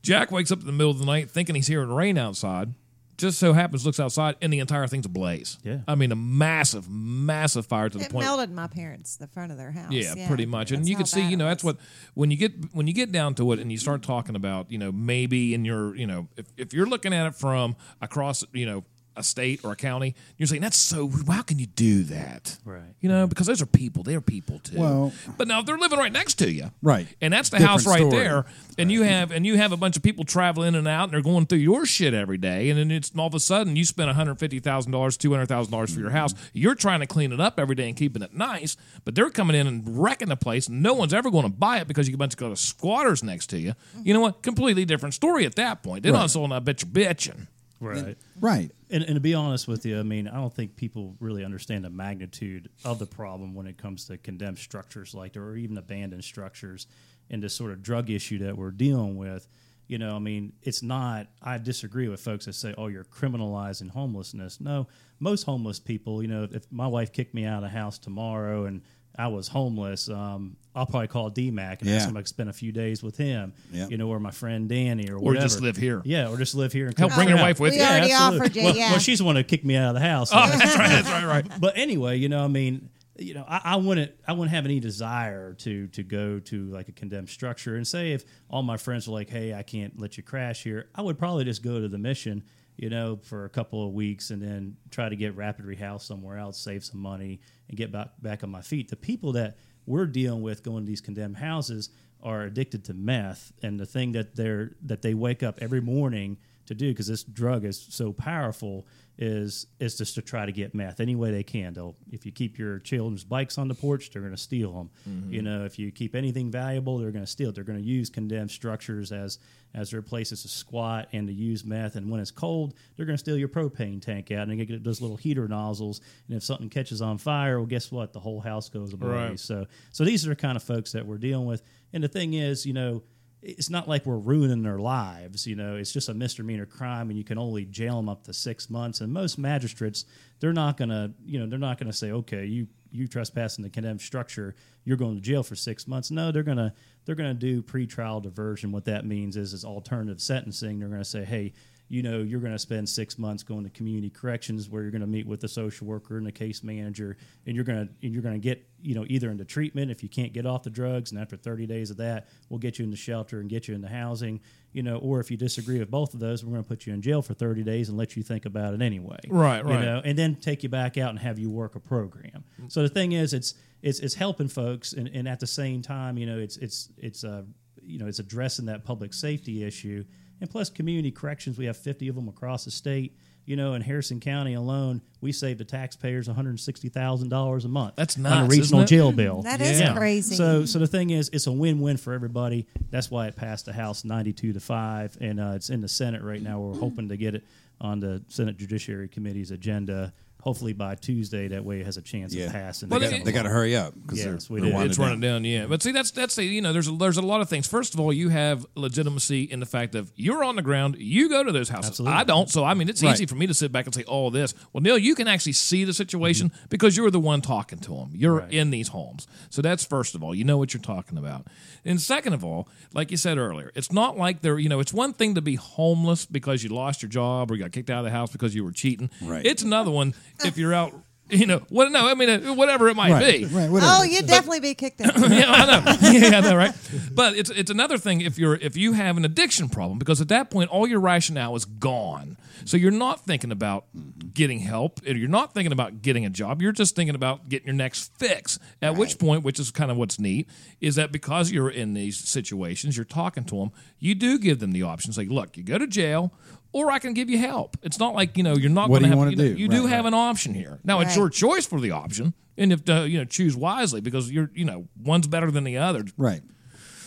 Speaker 4: Jack wakes up in the middle of the night thinking he's hearing rain outside. Just so happens, looks outside, and the entire thing's ablaze. Yeah, I mean, a massive, massive fire to the
Speaker 5: It
Speaker 4: point
Speaker 5: melted my parents, the front of their house.
Speaker 4: yeah, pretty much. And you can see, you know, that's what when you get when you get down to it, and you start talking about, you know, maybe in your, you know, if, if you're looking at it from across, you know, a state or a county, you're saying that's so. How can you do that?
Speaker 10: Right.
Speaker 4: You know, because those are people. They're people too.
Speaker 6: Well-
Speaker 4: but now they're living right next to you.
Speaker 6: Right.
Speaker 4: And that's the
Speaker 6: Different
Speaker 4: house right
Speaker 6: story.
Speaker 4: there. And you have and you have a bunch of people traveling in and out and they're going through your shit every day. And then it's all of a sudden you spend $150,000, $200,000 for your house. You're trying to clean it up every day and keeping it nice, but they're coming in and wrecking the place. No one's ever going to buy it because you got a bunch of squatters next to you. You know what? Completely different story at that point. They're
Speaker 10: Right.
Speaker 4: not selling, I bet you're bitching.
Speaker 10: Right.
Speaker 6: Right.
Speaker 10: And, and to be honest with you, I mean, I don't think people really understand the magnitude of the problem when it comes to condemned structures like there, or even abandoned structures, and this sort of drug issue that we're dealing with. You know, I mean, it's not. I disagree with folks that say, "Oh, you're criminalizing homelessness." No, most homeless people. You know, if my wife kicked me out of the house tomorrow and I was homeless, um, I'll probably call DMAC and
Speaker 4: Yeah.
Speaker 10: ask him if I could spend a few days with him.
Speaker 4: Yep.
Speaker 10: You know, or my friend Danny, or
Speaker 4: Or just
Speaker 10: whatever.
Speaker 4: live here.
Speaker 10: Yeah, or just live here and
Speaker 4: Help
Speaker 10: come
Speaker 4: bring
Speaker 10: out.
Speaker 4: your wife with We you. already
Speaker 10: absolutely.
Speaker 4: offered you,
Speaker 10: well,
Speaker 4: yeah.
Speaker 10: well, she's the one who kicked me out of the house.
Speaker 4: Oh, that's right, that's right, right.
Speaker 10: But anyway, you know, I mean, you know, I, I wouldn't, I wouldn't have any desire to to go to like a condemned structure. And say if all my friends were like, "Hey, I can't let you crash here," I would probably just go to the mission, you know, for a couple of weeks and then try to get rapid rehoused somewhere else, save some money, and get back back on my feet. The people that we're dealing with going to these condemned houses are addicted to meth, and the thing that they're that they wake up every morning to do because this drug is so powerful is is just to try to get meth any way they can. They'll if you keep your children's bikes on the porch, they're going to steal them.
Speaker 4: Mhm.
Speaker 10: You know, if you keep anything valuable, they're going to steal. it. They're going to use condemned structures as as their places to squat and to use meth. And when it's cold, they're going to steal your propane tank out and they get those little heater nozzles. And if something catches on fire, well, guess what? The whole house goes ablaze.
Speaker 4: Right.
Speaker 10: So so these are the kind of folks that we're dealing with. And the thing is, you know it's not like we're ruining their lives. You know, it's just a misdemeanor crime, and you can only jail them up to six months. And most magistrates, they're not gonna, you know, they're not gonna say, okay, you you trespass in the condemned structure, you're going to jail for six months. No, they're gonna they're gonna do pretrial diversion. What that means is is alternative sentencing. They're gonna say, hey. You know, you're going to spend six months going to community corrections, where you're going to meet with the social worker and the case manager, and you're going to and you're going to get you know either into treatment if you can't get off the drugs, and after 30 days of that, we'll get you into shelter and get you into housing, you know, or if you disagree with both of those, we're going to put you in jail for 30 days and let you think about it anyway,
Speaker 4: Right,
Speaker 10: You
Speaker 4: right.
Speaker 10: know, and then take you back out and have you work a program.
Speaker 4: Mm.
Speaker 10: So the thing is, it's it's it's helping folks, and, and at the same time, you know, it's it's it's uh you know it's addressing that public safety issue, and plus community corrections, we have 50 of them across the state. You know, in Harrison County alone, we save the taxpayers one hundred sixty thousand dollars a month.
Speaker 4: That's
Speaker 10: on a
Speaker 4: nuts,
Speaker 10: regional
Speaker 4: isn't it?
Speaker 10: jail bill.
Speaker 4: That is Yeah. crazy.
Speaker 5: Oh,
Speaker 10: So, so the thing is, it's a win-win for everybody. That's why it passed the House ninety-two to five, and uh, it's in the Senate right now. We're hoping to get it on the Senate Judiciary Committee's agenda. Hopefully by Tuesday, that way it has a chance
Speaker 6: Yeah.
Speaker 10: of passing.
Speaker 6: Well, they- they gotta hurry up, 'cause they're-
Speaker 10: Yes, we
Speaker 6: they're
Speaker 10: do.
Speaker 6: winding
Speaker 10: It's
Speaker 4: it's
Speaker 10: running
Speaker 4: running down. yeah. But see, that's that's the you know, there's a, there's a lot of things. First of all, you have legitimacy in the fact of you're on the ground, you go to those houses. I don't, so I mean, it's
Speaker 10: Right.
Speaker 4: easy for me to sit back and say, "Oh, this." Well, Neil, you can actually see the situation because you're the one talking to them. You're in these homes, so that's first of all, you know what you're talking about. And second of all, like you said earlier, it's not like they're you know, it's one thing to be homeless because you lost your job or you got kicked out of the house because you were cheating.
Speaker 6: Right.
Speaker 4: It's another one if you're out. You know what? No, I mean uh, whatever it might
Speaker 6: Right,
Speaker 4: be.
Speaker 6: right,
Speaker 5: Oh, you'd definitely be kicked out.
Speaker 4: yeah, I know. Yeah, I know, right? But it's it's another thing if you're if you have an addiction problem because at that point all your rationale is gone. So you're not thinking about getting help, or you're not thinking about getting a job. You're just thinking about getting your next fix. At which point, which is kind of what's neat, is that because you're in these situations, you're talking to them, you do give them the options. Like, look, you go to jail. Or I can give you help. It's not like you know you're not
Speaker 6: What do you
Speaker 4: going to have
Speaker 6: wanna
Speaker 4: know,
Speaker 6: do?
Speaker 4: You
Speaker 6: Right,
Speaker 4: do
Speaker 6: right.
Speaker 4: have an option here. Now it's
Speaker 6: Right.
Speaker 4: your choice for the option, and if uh, you know choose wisely because you're you know one's better than the other.
Speaker 6: Right.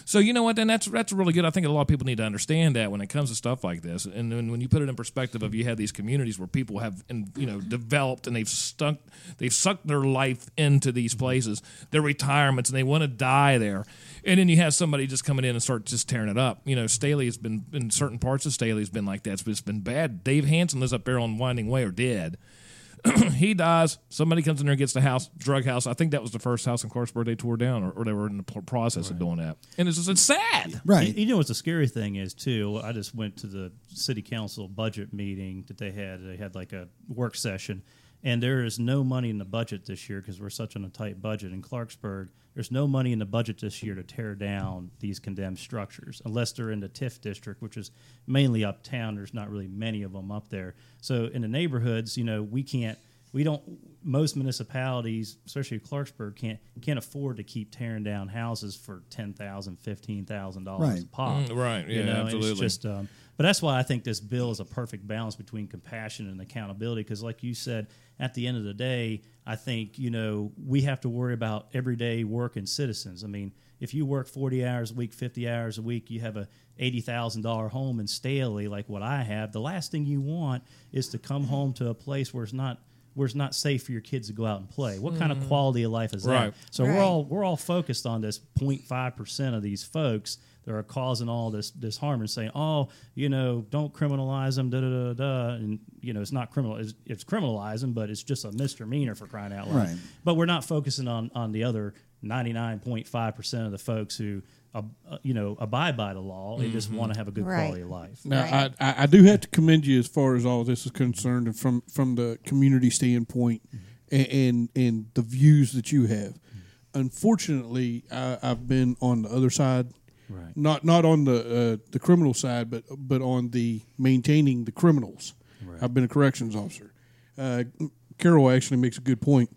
Speaker 4: So you know what? Then that's that's really good. I think a lot of people need to understand that when it comes to stuff like this, and when, when you put it in perspective of you have these communities where people have and you know developed and they've stuck they've sucked their life into these places, their retirements, and they want to die there. And then you have somebody just coming in and start just tearing it up. You know, Staley has been in certain parts of Staley has been like that. It's- it's been bad. Dave Hanson lives up there on Winding Way or did. he dies. Somebody comes in there and gets the house, drug house. I think that was the first house in Clarksburg they tore down, or, or they were in the pl- process of doing that. And it's just it's sad.
Speaker 10: You, you know what's the scary thing is too. I just went to the city council budget meeting that they had. They had like a work session, and there is no money in the budget this year because we're such on a tight budget in Clarksburg. There's no money in the budget this year to tear down these condemned structures unless they're in the TIF district, which is mainly uptown. There's not really many of them up there. So in the neighborhoods, you know, we can't we don't most municipalities especially clarksburg can't can't afford to keep tearing down houses for $10000 $15000 dollars
Speaker 4: Right.
Speaker 10: a pop
Speaker 4: Mm, right.
Speaker 10: you
Speaker 4: Yeah,
Speaker 10: know, and
Speaker 4: absolutely.
Speaker 10: it's just um, but that's why i think this bill is a perfect balance between compassion and accountability because like you said at the end of the day i think you know we have to worry about everyday working citizens i mean if you work 40 hours a week 50 hours a week you have a $80000 home in staley like what i have the last thing you want is to come home to a place where it's not where it's not safe for your kids to go out and play what kind of
Speaker 4: Mm.
Speaker 10: quality of life is
Speaker 4: Right.
Speaker 10: that so
Speaker 4: Right.
Speaker 10: we're all we're all focused on this 0.5 percent of these folks that are causing all this this harm and saying, oh, you know, don't criminalize them, da da da da, and you know, it's not criminal, it's, it's criminalizing, but it's just a misdemeanor for crying out loud.
Speaker 6: Right.
Speaker 10: But we're not focusing on on the other 99.5 percent of the folks who, uh, uh, you know, abide by the law and just
Speaker 4: Mhm.
Speaker 10: want to have a good
Speaker 4: Right.
Speaker 10: quality of life.
Speaker 8: Now, I, I I do have to commend you as far as all this is concerned, and from from the community standpoint,
Speaker 10: Mm-hmm.
Speaker 8: and and, and the views that you have. Unfortunately, I, I've been on the other side,
Speaker 10: Right.
Speaker 8: Not not on the uh, the criminal side, but but on the maintaining the criminals.
Speaker 10: Right.
Speaker 8: I've been a corrections officer. Uh, Carol actually makes a good point.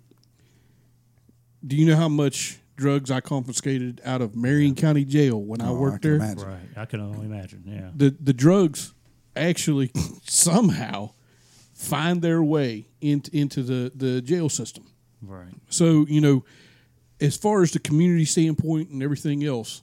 Speaker 8: Do you know how much drugs I confiscated out of Marion County Jail when I
Speaker 10: Oh, I
Speaker 8: worked
Speaker 10: can
Speaker 8: there?
Speaker 10: imagine. Right. I can only imagine, yeah.
Speaker 8: the the drugs actually somehow find their way into into the the jail system.
Speaker 10: Right.
Speaker 8: So you know, as far as the community standpoint and everything else,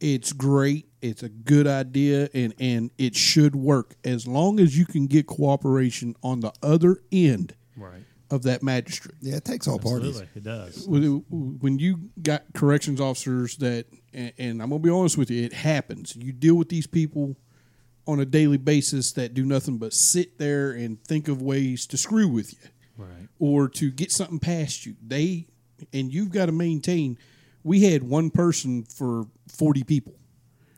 Speaker 8: it's great. It's a good idea, and and it should work as long as you can get cooperation on the other end
Speaker 10: Right.
Speaker 8: of that magistrate.
Speaker 6: Yeah, it takes all parties.
Speaker 10: Absolutely, it does.
Speaker 8: When when you got corrections officers that, and, and I'm gonna be honest with you, it happens. You deal with these people on a daily basis that do nothing but sit there and think of ways to screw with you,
Speaker 10: Right.
Speaker 8: or to get something past you. They and you've got to maintain. We had one person for 40 people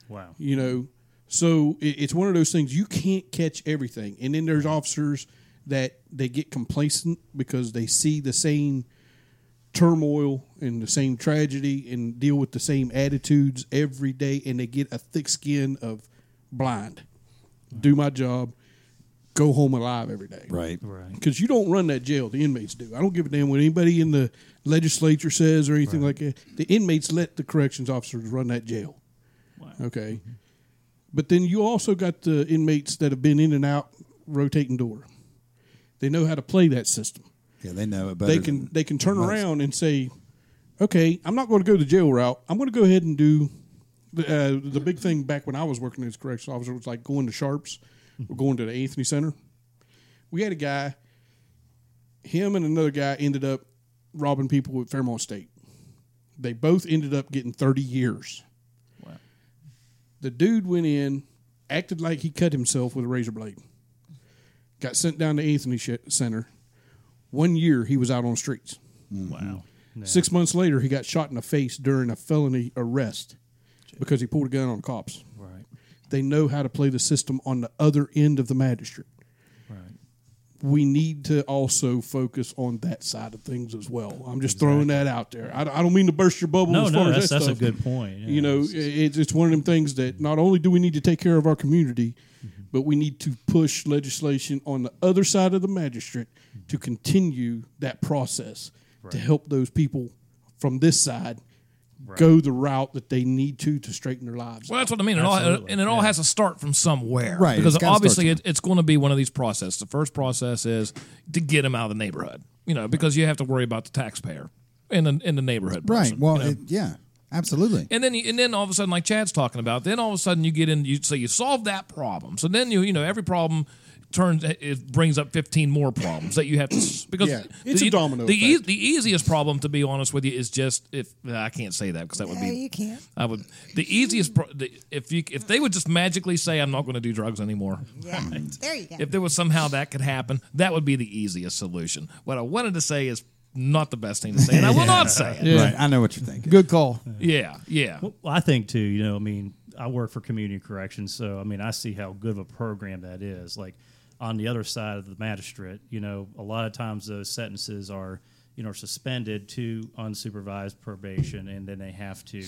Speaker 10: Wow.
Speaker 8: you know so it, it's one of those things you can't catch everything and then there's officers that they get complacent because they see the same turmoil and the same tragedy and deal with the same attitudes every day and they get a thick skin of blind do my job go home alive every day
Speaker 6: Right.
Speaker 10: Right.
Speaker 8: because you don't run that jail the inmates do i don't give a damn what anybody in the legislature says or anything like that the inmates let the corrections officers run that jail okay but then you also got the inmates that have been in and out rotating door they know how to play that system
Speaker 6: Yeah, they know it better.
Speaker 8: they can
Speaker 6: than
Speaker 8: they can turn
Speaker 6: most.
Speaker 8: around and say okay i'm not going to go the jail route i'm going to go ahead and do the, uh, the big thing back when i was working as a corrections officer was like going to sharps or going to the anthony center we had a guy him and another guy ended up robbing people at fairmont state they both ended up getting 30 years the dude went in, acted like he cut himself with a razor blade. Got sent down to Anthony Sh- Center. One year he was out on the streets.
Speaker 10: Wow.
Speaker 8: Six months later, he got shot in the face during a felony arrest because he pulled a gun on cops.
Speaker 10: Right.
Speaker 8: They know how to play the system on the other end of the magistrate.
Speaker 10: Right.
Speaker 8: We need to also focus on that side of things as well. I'm just throwing that out there. I, I don't mean to burst your bubble.
Speaker 10: No,
Speaker 8: as
Speaker 10: no,
Speaker 8: far
Speaker 10: that's-
Speaker 8: as that
Speaker 10: that's a
Speaker 8: stuff.
Speaker 10: good point, yeah.
Speaker 8: You know, it's, it's one of them things that not only do we need to take care of our community, but we need to push legislation on the other side of the magistrate to continue that process to help those people from this side
Speaker 4: Right.
Speaker 8: go the route that they need to to straighten their lives.
Speaker 4: Well, that's what I mean. It all,
Speaker 8: Absolutely,
Speaker 4: and it all has to start from somewhere.
Speaker 8: Right,
Speaker 4: Because
Speaker 8: it's gotta
Speaker 4: obviously
Speaker 8: start
Speaker 4: it, it's going to be one of these processes. The first process is to get them out of the neighborhood, you know, because you have to worry about the taxpayer and the, and the neighborhood.
Speaker 6: Right.
Speaker 4: person,
Speaker 6: well,
Speaker 4: you know.
Speaker 6: it, yeah, absolutely.
Speaker 4: And then, you- and then all of a sudden, like Chad's talking about, then all of a sudden you get in. You so you solve that problem. So then you, you know, every problem turns it brings up fifteen more problems that you have to s- because
Speaker 8: Yeah, it's a
Speaker 4: the, e-,
Speaker 8: domino
Speaker 4: The, ea- the easiest problem, to be honest with you, is just if I can't say that because that would
Speaker 5: No,
Speaker 4: be
Speaker 5: you can't.
Speaker 4: I would the easiest pro, the, if you if they would just magically say I'm not going to do drugs anymore.
Speaker 5: Yeah. There you go.
Speaker 4: If there was somehow that could happen, that would be the easiest solution. What I wanted to say is not the best thing to say, and I will not say it.
Speaker 6: Right. I know what you're thinking.
Speaker 11: Good call.
Speaker 4: Yeah, yeah.
Speaker 10: Well, I think too. You know, I mean, I work for community corrections, so I mean, I see how good of a program that is. Like on the other side of the magistrate, you know, a lot of times those sentences are, you know, suspended to unsupervised probation, and then they have to,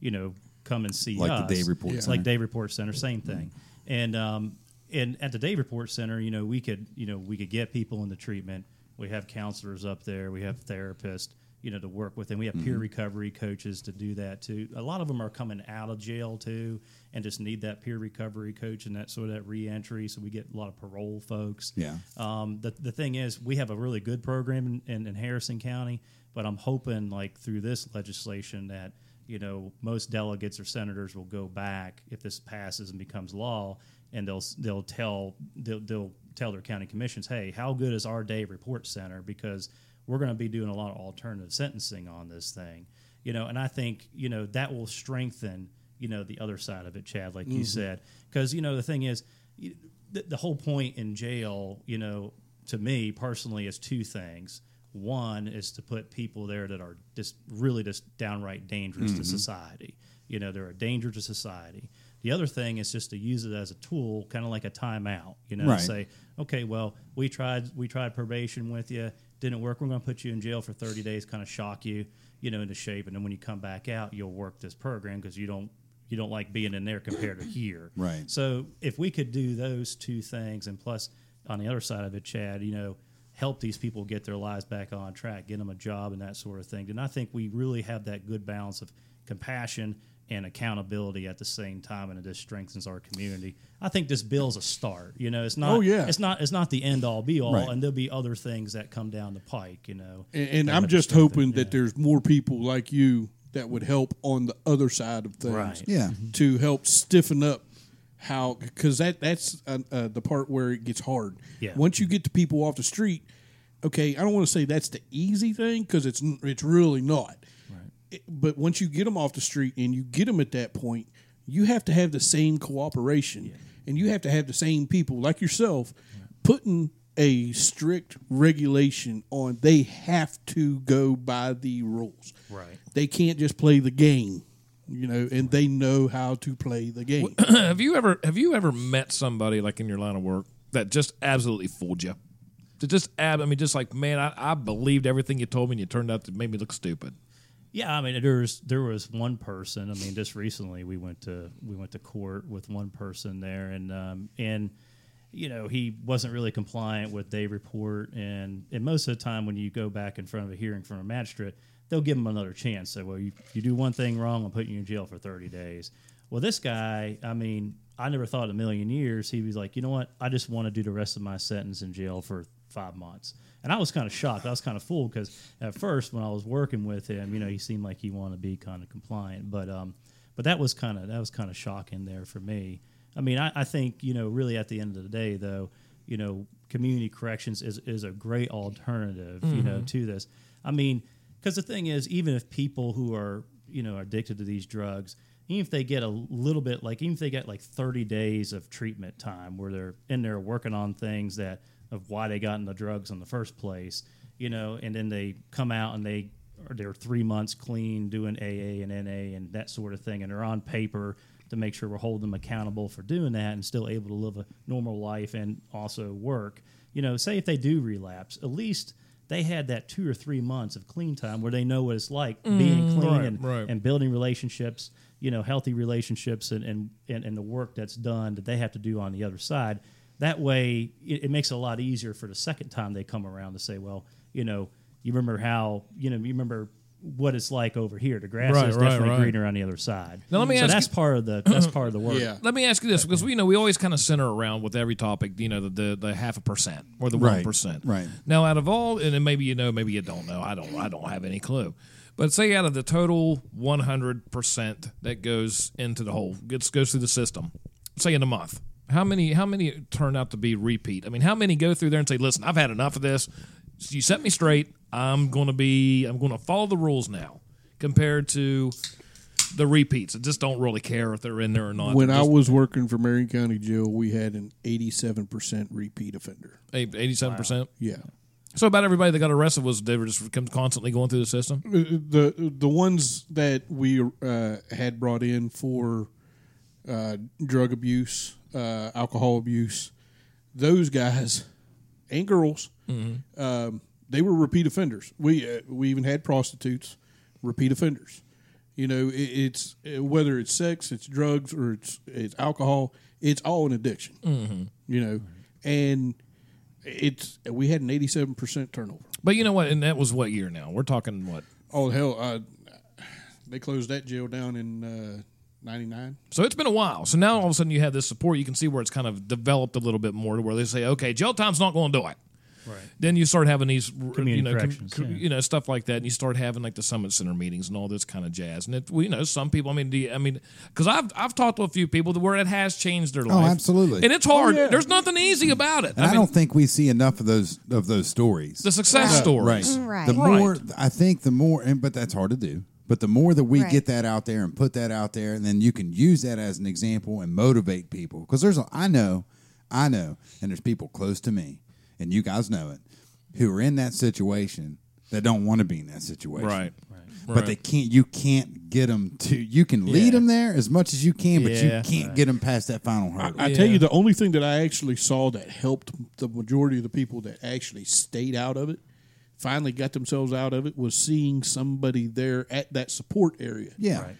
Speaker 10: you know, come and see
Speaker 6: Like the
Speaker 10: us.
Speaker 6: day report
Speaker 10: It's
Speaker 6: center.
Speaker 10: like day report center, same thing. And um, and at the day report center, you know, we could, you know, we could get people into treatment. We have counselors up there. We have therapists, you know, to work with, and we have peer
Speaker 14: Mhm.
Speaker 10: recovery coaches to do that too. A lot of them are coming out of jail too, and just need that peer recovery coach and that sort of that reentry. So we get a lot of parole folks.
Speaker 6: Yeah.
Speaker 10: Um, the, the thing is, we have a really good program in, in, in Harrison County, but I'm hoping, like, through this legislation, that, you know, most delegates or senators will go back if this passes and becomes law, and they'll, they'll tell, they'll, they'll tell their county commissions, hey, how good is our day report center? Because we're going to be doing a lot of alternative sentencing on this thing, you know, and I think, you know, that will strengthen, you know, the other side of it, Chad, like you
Speaker 14: Mhm.
Speaker 10: said. Because, you know, the thing is, you- the, the whole point in jail, you know, to me personally, is two things. One is to put people there that are just really just downright dangerous to
Speaker 14: Mhm.
Speaker 10: society. You know, they're a danger to society. The other thing is just to use it as a tool, kind of like a timeout. You know,
Speaker 14: Right.
Speaker 10: say, okay, well, we tried we tried probation with you. didn't work. We're going to put you in jail for 30 days, kind of shock you, you know, into shape, and then when you come back out, you'll work this program because you don't you don't like being in there compared to here.
Speaker 6: Right.
Speaker 10: So if we could do those two things, and plus on the other side of it, Chad, you know, help these people get their lives back on track, get them a job, and that sort of thing, then I think we really have that good balance of compassion and accountability at the same time, and it just strengthens our community. I think this bill's a start. You know, it's not.
Speaker 8: Oh, yeah.
Speaker 10: It's not. It's not the end all be all,
Speaker 8: Right.
Speaker 10: and there'll be other things that come down the pike. You know.
Speaker 8: And, and
Speaker 10: that
Speaker 8: I'm
Speaker 10: would
Speaker 8: just
Speaker 10: strengthen-
Speaker 8: hoping that there's more people like you that would help on the other side of things.
Speaker 10: Right.
Speaker 6: Yeah.
Speaker 8: To help stiffen up how, because that that's uh, uh, the part where it gets hard.
Speaker 10: Yeah.
Speaker 8: Once you get the people off the street, okay, I don't want to say that's the easy thing because it's n- it's really not. Right. but once you get them off the street and you get them at that point, you have to have the same cooperation and you have to have the same people like yourself putting a strict regulation on they have to go by the rules.
Speaker 4: Right.
Speaker 8: They can't just play the game, you know, and they know how to play the game.
Speaker 4: have you ever have you ever met somebody like in your line of work that just absolutely fooled you? To just ab, I mean, just like man, I, I believed everything you told me, and you turned out to make me look stupid.
Speaker 10: Yeah, I mean there's there was one person. I mean, just recently we went to we went to court with one person there, and um, and you know he wasn't really compliant with they report, and and most of the time when you go back in front of a hearing from a magistrate, they'll give him another chance. So well, you you do one thing wrong, I'm putting you in jail for thirty days. Well, this guy, I mean, I never thought in a million years he was like, you know what, I just want to do the rest of my sentence in jail for five months. And I was kind of shocked. I was kind of fooled because at first, when I was working with him, you know, he seemed like he wanted to be kind of compliant. But um, but that was kind of that was kind of shocking there for me. I mean, I, I think you know, really at the end of the day, though, you know, community corrections is is a great alternative, you know,
Speaker 4: Mhm.
Speaker 10: to this. I mean, because the thing is, even if people who are you know addicted to these drugs, even if they get a little bit, like even if they get like thirty days of treatment time where they're in there working on things that of why they got in the drugs in the first place, you know, and then they come out and they are they're three months clean doing AA and NA and that sort of thing, and they're on paper to make sure we're holding them accountable for doing that and still able to live a normal life and also work. You know, say if they do relapse, at least they had that two or three months of clean time where they know what it's like being
Speaker 4: Mm,
Speaker 10: clean
Speaker 4: right,
Speaker 10: and,
Speaker 4: right.
Speaker 10: and building relationships, you know, healthy relationships and, and, and, and the work that's done that they have to do on the other side. That way, it, it makes it a lot easier for the second time they come around to say, well, you know, you remember how, you know, you remember what it's like over here. The grass
Speaker 4: Right,
Speaker 10: is
Speaker 4: right,
Speaker 10: definitely
Speaker 4: right.
Speaker 10: greener on the other side.
Speaker 4: Now, let me
Speaker 10: so
Speaker 4: ask
Speaker 10: that's
Speaker 4: you-
Speaker 10: part of the that's part of the work.
Speaker 4: Let me ask you this because we you know we always kind of center around with every topic, you know, the the, the half a percent or the
Speaker 6: Right,
Speaker 4: one percent.
Speaker 6: right.
Speaker 4: Now, out of all, and then maybe you know, maybe you don't know. I don't. I don't have any clue. But say out of the total one hundred percent that goes into the whole gets goes through the system, say in a month, how many how many turn out to be repeat? I mean, how many go through there and say, "Listen, I've had enough of this. You set me straight. I'm going to be. I'm going to follow the rules now." Compared to the repeats, I just don't really care if they're in there or not.
Speaker 8: when
Speaker 4: They're
Speaker 8: I
Speaker 4: just-
Speaker 8: was working for Marion County Jail, we had an 87% repeat offender.
Speaker 4: eighty-seven percent.
Speaker 8: Yeah.
Speaker 4: So about everybody that got arrested was they were just com- constantly going through the system.
Speaker 8: the the ones that we uh, had brought in for uh, drug abuse, uh, alcohol abuse, those guys and girls,
Speaker 4: Mhm.
Speaker 8: um, they were repeat offenders. We uh, we even had prostitutes, repeat offenders. You know, it, it's uh, whether it's sex, it's drugs, or it's it's alcohol. It's all an addiction.
Speaker 4: Mhm.
Speaker 8: You know, and it's we had an eighty seven percent turnover.
Speaker 4: But you know what? And that was what year now? We're talking what?
Speaker 8: Oh hell, uh, they closed that jail down in uh, '99.
Speaker 4: So it's been a while. So now all of a sudden you have this support. You can see where it's kind of developed a little bit more to where they say, okay, jail time's not going to do it.
Speaker 10: Right.
Speaker 4: Then you start having these, r-
Speaker 10: Community
Speaker 4: you know, com-
Speaker 10: corrections,
Speaker 4: com-
Speaker 10: yeah.
Speaker 4: you know, stuff like that, and you start having like the summit center meetings and all this kind of jazz. And it, well, you know, some people, I mean, do you, I mean, because I've I've talked to a few people that where it has changed their
Speaker 6: Oh,
Speaker 4: life.
Speaker 6: absolutely.
Speaker 4: And it's
Speaker 6: Oh,
Speaker 4: hard.
Speaker 6: yeah.
Speaker 4: There's nothing easy about it.
Speaker 6: And I, don't think we see enough of those of those stories.
Speaker 4: The success Right. stories.
Speaker 6: Right.
Speaker 4: Right.
Speaker 6: The
Speaker 4: Right.
Speaker 6: more I think, the more, and but that's hard to do. But the more that we
Speaker 14: Right.
Speaker 6: get that out there and put that out there, and then you can use that as an example and motivate people. Because there's, a, I know, I know, and there's people close to me, and you guys know it, who are in that situation that don't want to be in that situation.
Speaker 4: Right.
Speaker 6: But they can't. You can't get them to. You can lead them there as much as you can, but
Speaker 8: Yeah.
Speaker 6: you can't
Speaker 8: Right.
Speaker 6: get them past that final hurdle.
Speaker 8: I tell you, the only thing that I actually saw that helped the majority of the people that actually stayed out of it finally got themselves out of it was seeing somebody there at that support area.
Speaker 6: Yeah. Right.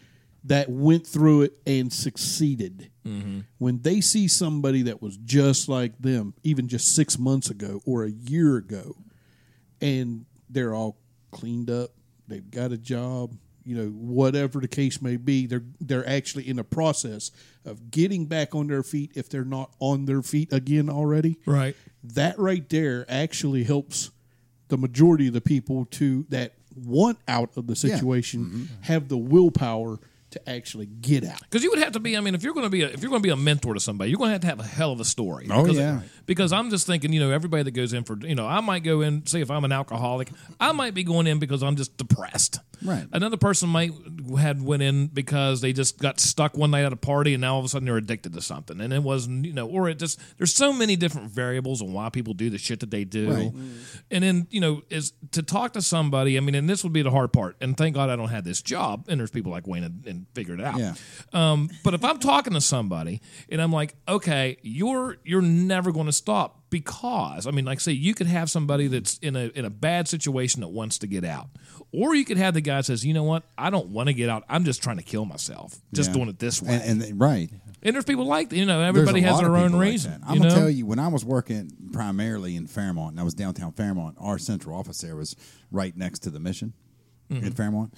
Speaker 8: That went through it and succeeded.
Speaker 4: Mhm.
Speaker 8: When they see somebody that was just like them, even just six months ago or a year ago, and they're all cleaned up, they've got a job, you know, whatever the case may be, they're they're actually in the process of getting back on their feet if they're not on their feet again already.
Speaker 4: Right.
Speaker 8: That right there actually helps the majority of the people to that want out of the
Speaker 4: Yeah.
Speaker 8: situation have the willpower to actually get out.
Speaker 4: Because you would have to be. I mean, if you're going to be, a, if you're going to be a mentor to somebody, you're going to have to have a hell of a story.
Speaker 8: Oh,
Speaker 4: because,
Speaker 8: yeah.
Speaker 4: Because I'm just thinking, you know, everybody that goes in for, you know, I might go in. Say if I'm an alcoholic, I might be going in because I'm just depressed.
Speaker 6: Right.
Speaker 4: Another person might had went in because they just got stuck one night at a party, and now all of a sudden they're addicted to something, and it wasn't, you know, or it just. There's so many different variables on why people do the shit that they do,
Speaker 6: Right.
Speaker 4: and then you know is to talk to somebody. I mean, and this would be the hard part. And thank God I don't have this job. And there's people like Wayne and, and figured it out.
Speaker 6: Yeah.
Speaker 4: Um, but if I'm talking to somebody and I'm like, okay, you're you're never going to stop because I mean, like, say you could have somebody that's in a in a bad situation that wants to get out, or you could have the guy that says, you know what, I don't want to get out. I'm just trying to kill myself, just
Speaker 6: Yeah.
Speaker 4: doing it this way.
Speaker 6: And, and they- right.
Speaker 4: And there's people like that, you know,
Speaker 6: There's
Speaker 4: everybody
Speaker 6: a
Speaker 4: has
Speaker 6: lot of
Speaker 4: their own
Speaker 6: people like
Speaker 4: reason.
Speaker 6: that. I'm
Speaker 4: you
Speaker 6: gonna
Speaker 4: know?
Speaker 6: tell you, when I was working primarily in Fairmont, and I was downtown Fairmont, our central office there was right next to the mission in
Speaker 4: Mhm.
Speaker 6: Fairmont,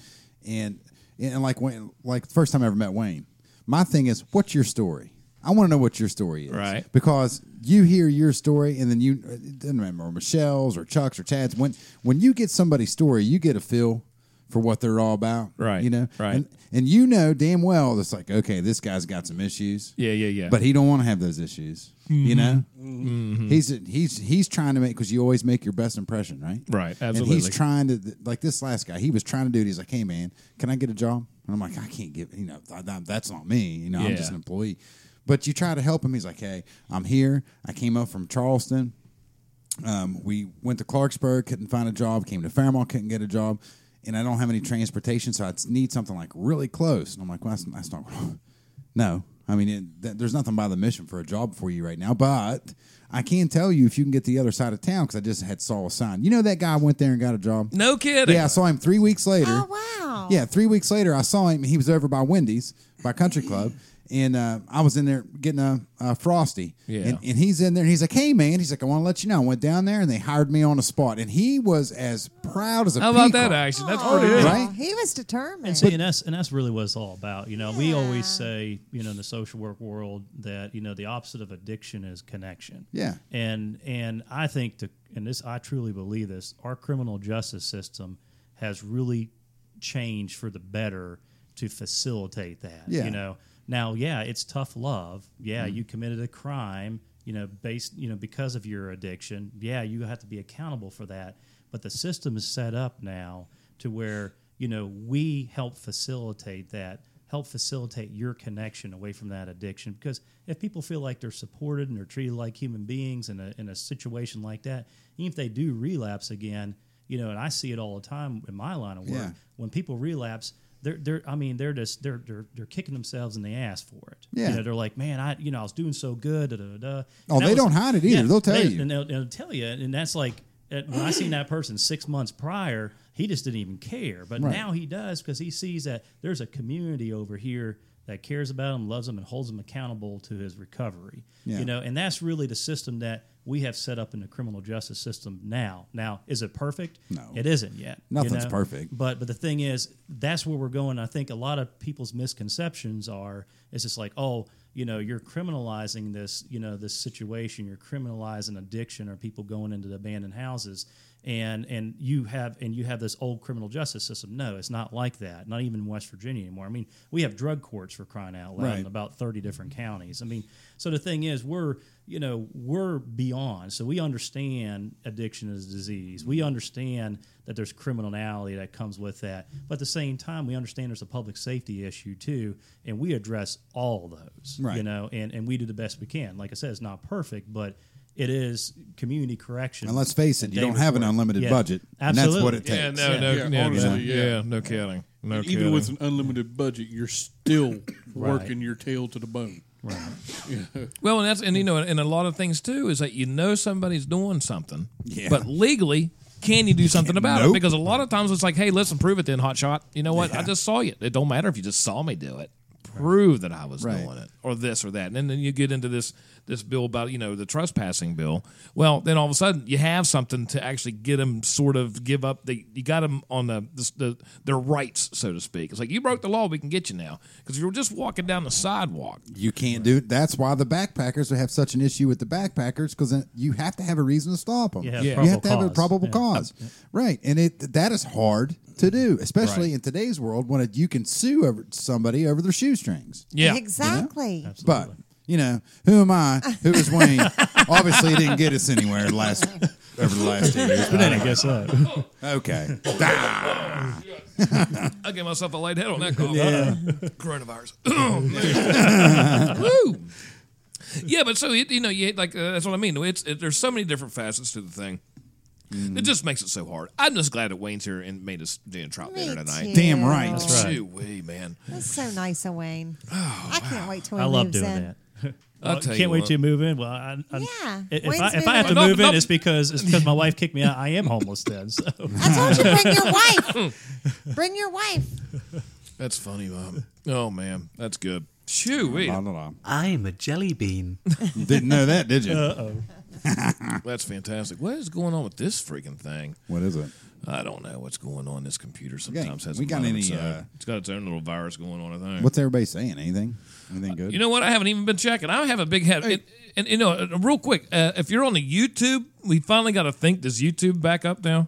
Speaker 6: and and like when like the first time I ever met Wayne, my thing is, what's your story? I want to know what your story is,
Speaker 4: Right.
Speaker 6: Because you hear your story, and then you uh, it doesn't matter or Michelle's or Chuck's or Chad's. When when you get somebody's story, you get a feel for what they're all about,
Speaker 4: Right.
Speaker 6: You know,
Speaker 4: Right.
Speaker 6: And, and you know damn well that's like, okay, this guy's got some issues.
Speaker 4: Yeah, yeah, yeah.
Speaker 6: But he don't want to have those issues. You
Speaker 4: Mhm.
Speaker 6: know,
Speaker 4: Mhm.
Speaker 6: he's he's he's trying to make because you always make your best impression, right?
Speaker 4: Right,
Speaker 6: And
Speaker 4: absolutely.
Speaker 6: he's trying to like this last guy. He was trying to do it. He's like, hey man, can I get a job? And I'm like, I can't give. You know, th- th- that's not me. You know, I'm
Speaker 4: Yeah.
Speaker 6: just an employee. But you try to help him. He's like, hey, I'm here. I came up from Charleston. Um, we went to Clarksburg, couldn't find a job. Came to Fairmont, couldn't get a job. And I don't have any transportation, so I need something like really close. And I'm like, well, that's, that's not. No, I mean, it, th- there's nothing by the mission for a job for you right now. But I can tell you if you can get the other side of town because I just had saw a sign. You know that guy went there and got a job.
Speaker 4: No kidding.
Speaker 6: Yeah, I saw him three weeks later.
Speaker 5: Oh, wow.
Speaker 6: Yeah, three weeks later, I saw him. He was over by Wendy's, by Country Club, and uh, I was in there getting a, a frosty.
Speaker 4: Yeah.
Speaker 6: And, and he's in there, and he's like, "Hey, man," he's like, "I want to let you know." I went down there, and they hired me on the spot, and he was as proud as a
Speaker 4: How about
Speaker 6: peacock.
Speaker 4: that action? That's
Speaker 6: Oh,
Speaker 4: pretty
Speaker 6: yeah.
Speaker 4: good.
Speaker 6: Right?
Speaker 5: He was determined.
Speaker 10: And see, and that's and that's really what it's all about. You know, we always say, you know, in the social work world that you know the opposite of addiction is connection.
Speaker 6: Yeah.
Speaker 10: And and I think to and this I truly believe this. Our criminal justice system has really changed for the better to facilitate that.
Speaker 6: Yeah.
Speaker 10: You know. Now, yeah, it's tough love. Yeah,
Speaker 6: Mhm.
Speaker 10: you committed a crime. You know, based you know because of your addiction. Yeah, you have to be accountable for that. But the system is set up now to where you know we help facilitate that help facilitate your connection away from that addiction because if people feel like they're supported and they're treated like human beings in a, in a situation like that even if they do relapse again you know and i see it all the time in my line of work
Speaker 6: Yeah.
Speaker 10: when people relapse they're, they're i mean they're just they're, they're they're kicking themselves in the ass for it You
Speaker 6: Yeah.
Speaker 10: know, they're like man i you know i was doing so good da, da, da, da.
Speaker 6: Oh,
Speaker 10: And that
Speaker 6: they don't hide it either. They'll tell you.
Speaker 10: and they'll, they'll tell you and that's like at- when i seen that person six months prior he just didn't even care but
Speaker 6: Right.
Speaker 10: now he does because he sees that there's a community over here that cares about him loves him and holds him accountable to his recovery
Speaker 6: Yeah.
Speaker 10: you know and that's really the system that we have set up in the criminal justice system now now is it perfect
Speaker 6: No.
Speaker 10: it isn't yet you
Speaker 6: Nothing's
Speaker 10: know?
Speaker 6: perfect.
Speaker 10: But but the thing is, that's where we're going. I think a lot of people's misconceptions are it's just like, oh, you know, you're criminalizing this, you know, this situation. You're criminalizing addiction or people going into the abandoned houses, and and you have and you have this old criminal justice system. No, it's not like that. Not even in West Virginia anymore. I mean, we have drug courts for crying out loud
Speaker 6: Right.
Speaker 10: in about thirty different
Speaker 6: Mm-hmm.
Speaker 10: counties. I mean, so the thing is, we're you know we're beyond. So we understand addiction is a disease. We
Speaker 6: Mm-hmm.
Speaker 10: understand that there's criminality that comes with that. But at the same time, we understand there's a public safety issue too, and we address all those. You
Speaker 6: Right.
Speaker 10: know, and and we do the best we can. Like I said, it's not perfect, but it is community correction.
Speaker 6: And let's face it,
Speaker 10: and
Speaker 6: you
Speaker 10: day
Speaker 6: don't have an
Speaker 10: reporting.
Speaker 6: unlimited
Speaker 10: Yeah.
Speaker 6: budget, and that's what
Speaker 10: Absolutely.
Speaker 6: it takes.
Speaker 4: Yeah, no, no,
Speaker 8: Yeah,
Speaker 4: yeah, no,
Speaker 8: honestly,
Speaker 4: yeah,
Speaker 8: yeah.
Speaker 4: no kidding, no
Speaker 8: And
Speaker 4: kidding.
Speaker 8: even with an unlimited budget, you're still working your tail to the bone.
Speaker 10: Right.
Speaker 4: Well, and that's and you know, and a lot of things too is that you know somebody's doing something,
Speaker 6: Yeah.
Speaker 4: but legally can you do something about it?
Speaker 6: Nope.
Speaker 4: Because a lot of times it's like, hey, listen, prove it then, hot shot. You know what? I just saw you. It don't matter if you just saw me do it. Prove that I was
Speaker 6: Right.
Speaker 4: doing it, or this or that, and then, then you get into this this bill about you know the trespassing bill. Well, then all of a sudden you have something to actually get them sort of give up. The, you got them on the, the, the their rights, so to speak. It's like you broke the law, we can get you now. Because if you're just walking down the sidewalk,
Speaker 6: You can't do. That's why the backpackers have such an issue with the backpackers because you have to have a reason to stop them.
Speaker 4: You have
Speaker 6: you
Speaker 4: probable
Speaker 6: have to have a
Speaker 4: cause.
Speaker 6: probable
Speaker 4: Yeah.
Speaker 6: cause, right? And it that is hard to do, especially in today's world when you can sue over somebody over their shoestrings.
Speaker 5: Exactly.
Speaker 6: But you know, who am I? Who is Wayne? Obviously, he didn't get us anywhere the last over the last two years. But
Speaker 10: I
Speaker 6: anyway,
Speaker 10: guess so.
Speaker 6: Okay. Ah.
Speaker 4: I gave myself a light head on that call.
Speaker 6: Yeah.
Speaker 4: Coronavirus. Woo. Yeah, but so it, you know, you like uh, that's what I mean. It's it, there's so many different facets to the thing.
Speaker 6: Mm.
Speaker 4: It just makes it so hard. I'm just glad that Wayne's here and made us damn trout
Speaker 5: Me
Speaker 4: dinner tonight.
Speaker 5: too. Damn
Speaker 6: right. That's
Speaker 4: Gee
Speaker 6: right.
Speaker 4: whiz, man.
Speaker 5: That's so nice of Wayne.
Speaker 4: Oh,
Speaker 5: I can't wait till he
Speaker 10: I love
Speaker 5: moves
Speaker 10: doing
Speaker 5: in.
Speaker 10: that.
Speaker 4: I'll
Speaker 10: Well,
Speaker 4: tell
Speaker 10: can't
Speaker 4: you
Speaker 10: wait
Speaker 4: what.
Speaker 10: to move in. Well, I, I,
Speaker 5: Yeah,
Speaker 10: If,
Speaker 5: Wayne's
Speaker 10: I, if
Speaker 5: moving
Speaker 10: I have to
Speaker 5: in.
Speaker 10: move in,
Speaker 5: Nope,
Speaker 10: it's because it's because my wife kicked me out. I am homeless then. So
Speaker 5: I told you bring your wife. Bring your wife.
Speaker 4: That's funny, mom. Oh man, that's good. Chewy.
Speaker 14: I'm a jelly bean.
Speaker 6: Didn't know that, did you?
Speaker 4: That's fantastic. What is going on with this freaking thing?
Speaker 6: What is it?
Speaker 4: I don't know what's going on. This computer
Speaker 6: Yeah,
Speaker 4: sometimes has.
Speaker 6: we
Speaker 4: a
Speaker 6: got
Speaker 4: mind of
Speaker 6: any,
Speaker 4: its own.
Speaker 6: uh,
Speaker 4: it's got its own little virus going on. I think.
Speaker 6: What's everybody saying? Anything? Anything good?
Speaker 4: You know what? I haven't even been checking. I have a big head. It- and you know, uh, real quick, uh, if you're on the YouTube, we finally got to think. Does YouTube back up now?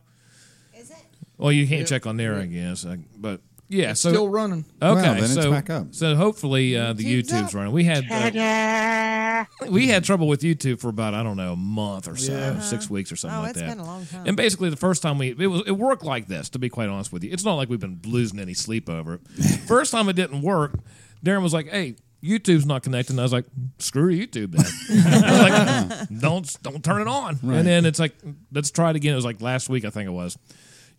Speaker 4: Is it? Well, you can't check on there, I guess. I, but yeah,
Speaker 11: It's
Speaker 4: so
Speaker 11: still running.
Speaker 4: Okay,
Speaker 11: Wow, then it's
Speaker 4: so
Speaker 11: back up.
Speaker 4: so hopefully uh, the YouTube's running. We had uh, we had trouble with YouTube for about I don't know a month or so,
Speaker 5: Yeah.
Speaker 4: six weeks or something
Speaker 5: Oh,
Speaker 4: like
Speaker 5: it's
Speaker 4: that.
Speaker 5: been a long time.
Speaker 4: And basically, the first time we it was it worked like this. To be quite honest with you, it's not like we've been losing any sleep over it. first time it didn't work. Darren was like, "Hey." YouTube's not connecting. I was like, "Screw YouTube, then." I was like, "Don't don't turn it on."
Speaker 14: Right.
Speaker 4: And then it's like, "Let's try it again." It was like last week, I think it was.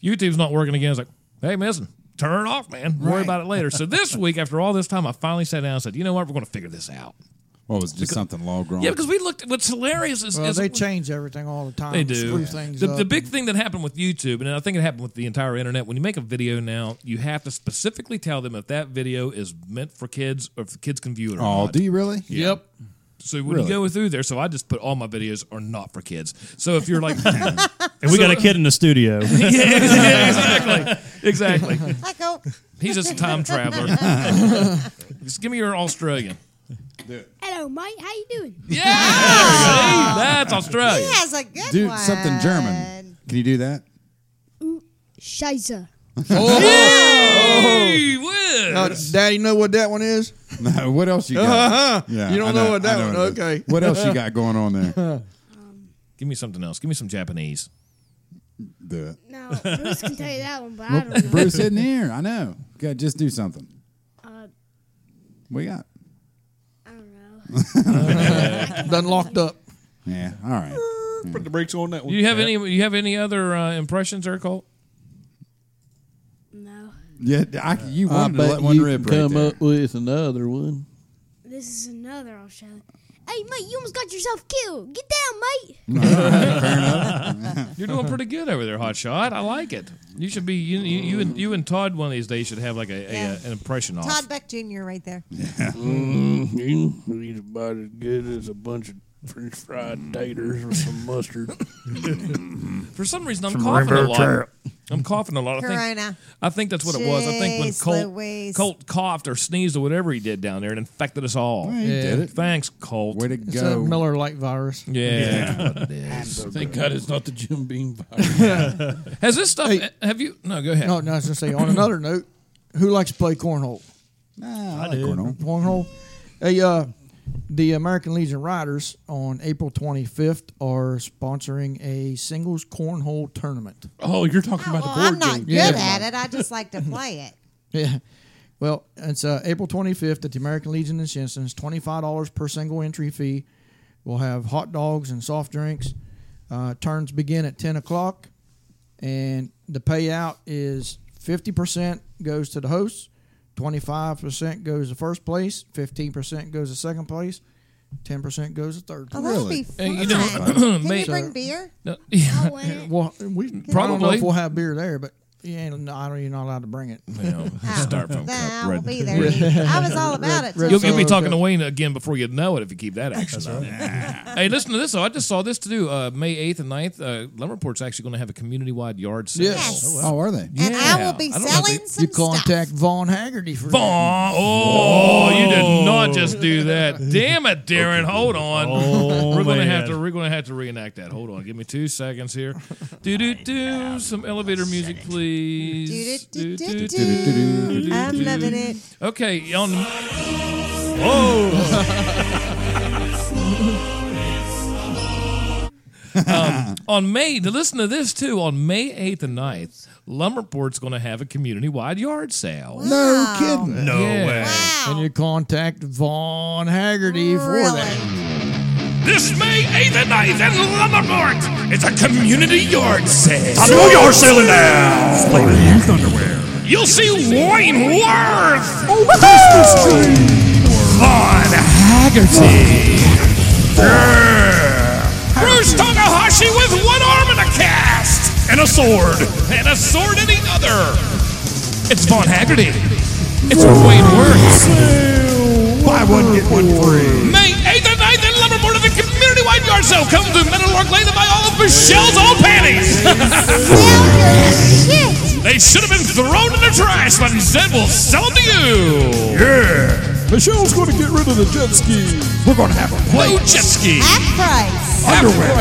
Speaker 4: YouTube's not working again. I was like, "Hey, listen, turn it off, man. Worry
Speaker 14: Right.
Speaker 4: about it later." So this week, after all this time, I finally sat down and said, "You know what? We're going to figure this out."
Speaker 6: Well, it was just something log wrong.
Speaker 4: Yeah, because we looked. What's hilarious is,
Speaker 11: Well,
Speaker 4: is
Speaker 11: they change everything all the time.
Speaker 4: they do.
Speaker 11: Screw things
Speaker 4: The,
Speaker 11: up.
Speaker 4: the big thing that happened with YouTube, and I think it happened with the entire internet, when you make a video now, you have to specifically tell them if that video is meant for kids or if the kids can view it or
Speaker 6: Oh,
Speaker 4: not.
Speaker 6: do you really?
Speaker 4: Yep. So when
Speaker 6: Really?
Speaker 4: you go through there, so I just put all my videos are not for kids. So if you're like,
Speaker 10: and we got a kid in the studio.
Speaker 4: yeah, yeah, exactly, exactly.
Speaker 5: go.
Speaker 4: He's just a time traveler. just give me your Australian.
Speaker 9: Hello, mate. How you doing?
Speaker 4: Yeah, see, that's Australia.
Speaker 9: He has a good
Speaker 6: Do
Speaker 9: one.
Speaker 6: something German. Can you do that?
Speaker 9: Scheiße.
Speaker 11: Oh.
Speaker 4: whiz.
Speaker 11: Now, Daddy, know what that one is?
Speaker 6: No, what else you got?
Speaker 11: Uh-huh. You don't
Speaker 6: I
Speaker 11: know what that
Speaker 6: I
Speaker 11: one-
Speaker 6: it is.
Speaker 11: okay.
Speaker 6: What else you got going on there?
Speaker 4: Give me something else. Give me some Japanese.
Speaker 6: Do it.
Speaker 9: No, Bruce can tell you that one, but I
Speaker 6: Well,
Speaker 9: don't know.
Speaker 6: Bruce isn't here. I know. Okay, just do something.
Speaker 9: Uh,
Speaker 6: What you got?
Speaker 11: Done locked up.
Speaker 6: Yeah. All right.
Speaker 8: Put the brakes on that one.
Speaker 4: Do you have any? You have any other uh, impressions, there, Colt?
Speaker 6: Yeah, I, you
Speaker 8: I
Speaker 6: wanted to
Speaker 8: bet
Speaker 6: let one
Speaker 8: you
Speaker 6: rip
Speaker 8: can
Speaker 6: right
Speaker 8: come
Speaker 6: there.
Speaker 8: up with another one.
Speaker 9: This is another Australian. Hey, mate, you almost got yourself killed. Get down, mate.
Speaker 4: You're doing pretty good over there, Hot Shot. I like it. You should be you you, you and you and Todd one of these days should have like a, a,
Speaker 5: Yeah.
Speaker 4: an impression off.
Speaker 5: Todd Beck Jr. right there.
Speaker 14: Mm, you
Speaker 11: Mm-hmm.
Speaker 14: can eat about as good as a bunch of French fried taters with some mustard.
Speaker 4: For some reason, I'm
Speaker 14: Some
Speaker 4: coughing a
Speaker 14: rainbow
Speaker 4: lot.
Speaker 14: trout.
Speaker 4: I'm coughing a lot. I think,
Speaker 5: Corona.
Speaker 4: I think that's what it was. I think when
Speaker 5: Jeez
Speaker 4: Colt,
Speaker 5: Louise.
Speaker 4: Colt coughed or sneezed or whatever he did down there, it infected us all.
Speaker 6: Well, he Yeah. did it.
Speaker 4: Thanks, Colt. Way
Speaker 6: to
Speaker 11: It's that Miller Lite virus.
Speaker 4: Yeah. What it is.
Speaker 8: Thank God it's not the Jim Beam
Speaker 4: Has this stuff? have you? No, go ahead.
Speaker 11: No, no, I was going to say, on another note, who likes to play cornhole?
Speaker 6: Nah,
Speaker 11: I do. Cornhole. Hey, uh, the American Legion Riders on April 25th are sponsoring a singles cornhole tournament.
Speaker 8: Oh, you're talking about
Speaker 5: Well, I'm not good at it. I just like to play it.
Speaker 11: Yeah. Well, it's uh, April 25th at the American Legion in Shinston. It's $25 per single entry fee. We'll have hot dogs and soft drinks. Uh, turns begin at 10 o'clock, and the payout is 50% goes to the hosts, 25% goes to first place, 15% goes to second place, Ten percent goes to third.
Speaker 5: Oh, that'll
Speaker 11: place.
Speaker 5: be Really? fun. Can you
Speaker 11: Maybe-
Speaker 5: bring beer?
Speaker 4: No,
Speaker 5: I
Speaker 11: well,
Speaker 5: want it.
Speaker 11: we probably I don't know
Speaker 4: Probably.
Speaker 11: if we'll have beer there, but you ain't. no, I don't. You're not allowed to bring it.
Speaker 4: Yeah, styrofoam
Speaker 5: nah,
Speaker 4: cup,
Speaker 5: I
Speaker 4: red-
Speaker 5: will be there.
Speaker 4: red-
Speaker 5: I was all about it.
Speaker 4: You'll, you'll be talking to
Speaker 5: away.
Speaker 4: Wayne again before you know it if you keep that action up. hey, listen to this. though. I just saw this too. Uh, May 8th and 9th, uh, Lumberport's actually going to have a community wide yard sale.
Speaker 11: Yes. Yes.
Speaker 6: Oh, are they?
Speaker 4: Yeah.
Speaker 11: And
Speaker 5: I will be
Speaker 4: I don't know if
Speaker 5: selling
Speaker 4: they-
Speaker 5: some
Speaker 11: You contact Vaughn Haggerty for
Speaker 4: Vaughn. Oh, you did not just do that. Damn it, Darren. Hold on.
Speaker 10: Oh,
Speaker 4: we're gonna
Speaker 10: man.
Speaker 4: have to we're gonna have to reenact that. Hold on. Give me two seconds here. Do do do some elevator music, please.
Speaker 5: Do-do-do-do-do. I'm loving it.
Speaker 4: Okay, on Oh, um, on May, to listen to this too, on May 8th and 9th, Lumberport's going to have a community wide yard sale.
Speaker 5: Oh.
Speaker 11: No kidding.
Speaker 4: No way.
Speaker 11: And you contact Vaughn Haggerty for that.
Speaker 7: This May 8th and 9th at Lumberport, it's a community yard sale.
Speaker 11: Time to go yard
Speaker 7: selling now. Flavor youth underwear. You'll see Wayne Worth. Oh, Christmas tree. Von Haggerty. Yeah. Bruce Takahashi with one arm and a cast. And a sword. And a sword in the other. It's Von Haggerty. It's Wayne Worth. Buy one, get one free. May 8th and 9th in Lumberport at the Community Wide Yard Sale. Come to Meadowlark Lane to buy all of Michelle's old panties. they should have been thrown in the trash, but instead we'll sell them to you. Yeah.
Speaker 8: Michelle's going to get rid of the jet ski. We're going to have a
Speaker 7: Play jet ski.
Speaker 5: Price.
Speaker 7: Underwear.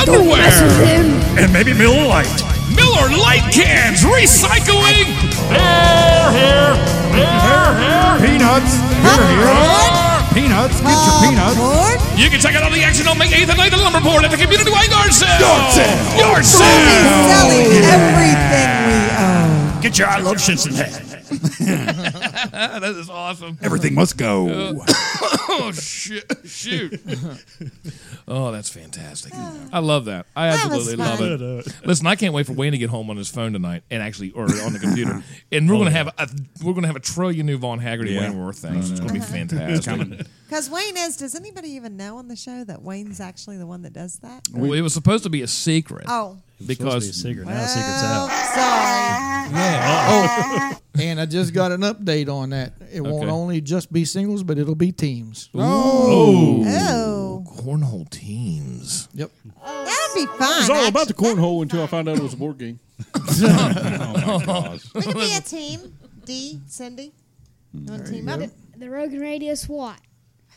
Speaker 7: Underwear. And maybe Miller Lite. Miller Lite cans. Recycling. They're here. They're here.
Speaker 6: Peanuts. They're here. Peanuts. Get your peanuts.
Speaker 4: You can check out all the action on May 8th and 9th at Lumberport at the Community Wide Yard Sale. Yard Sale. Yard Sale.
Speaker 5: Selling everything we own.
Speaker 7: Get your I Love Shinson hat.
Speaker 4: that is awesome.
Speaker 7: Everything must go.
Speaker 4: Uh, oh, shit. Shoot. oh, that's fantastic. I love that. I
Speaker 7: That was
Speaker 4: absolutely love
Speaker 7: fun.
Speaker 4: it. Listen, I can't wait for Wayne to get home on his phone tonight and actually, or on the computer. And we're gonna have a we're gonna have a trillion new Von Haggerty
Speaker 6: Yeah.
Speaker 4: Wayne Worth things. It's gonna be fantastic.
Speaker 6: It's coming.
Speaker 5: Because Wayne is. Does anybody even know on the show that Wayne's actually the one that does that?
Speaker 4: Well, it was supposed to be a secret.
Speaker 5: Oh.
Speaker 4: because
Speaker 10: secret. Now the secret's out.
Speaker 5: Sorry.
Speaker 11: Yeah. Oh, and I just got an update on that. It won't
Speaker 4: Okay.
Speaker 11: only just be singles, but it'll be teams.
Speaker 4: Oh.
Speaker 5: Oh.
Speaker 4: cornhole teams.
Speaker 11: Yep.
Speaker 5: That'll be
Speaker 8: It
Speaker 5: fun.
Speaker 8: was all about the cornhole until I found out it was a board game.
Speaker 4: oh, my gosh.
Speaker 5: We could be a team. D, Cindy. You want to team up?
Speaker 9: The Rogue and Radio SWAT.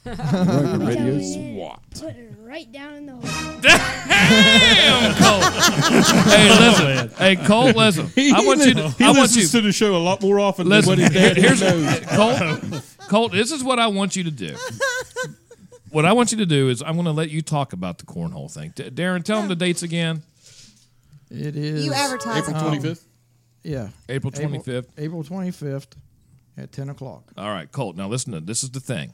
Speaker 6: Rogue
Speaker 9: We go
Speaker 6: Radio
Speaker 9: in,
Speaker 6: SWAT.
Speaker 9: Put it right down in the hole.
Speaker 4: Damn, Cole. hey, listen. Hey, Cole, listen. I want you. To,
Speaker 8: he
Speaker 4: I want
Speaker 8: listens
Speaker 4: you.
Speaker 8: to the show a lot more often
Speaker 4: Listen,
Speaker 8: than what his dad
Speaker 4: here's
Speaker 8: knows.
Speaker 4: Colt, Colt, this is what I want you to do. What I want you to do is I'm going to let you talk about the cornhole thing. D- Darren, tell them the dates again.
Speaker 11: It is
Speaker 5: You advertise April it.
Speaker 8: 25th?
Speaker 11: yeah,
Speaker 4: April 25th.
Speaker 11: April twenty fifth at ten o'clock.
Speaker 4: All right, Colt. Now listen. To, this is the thing.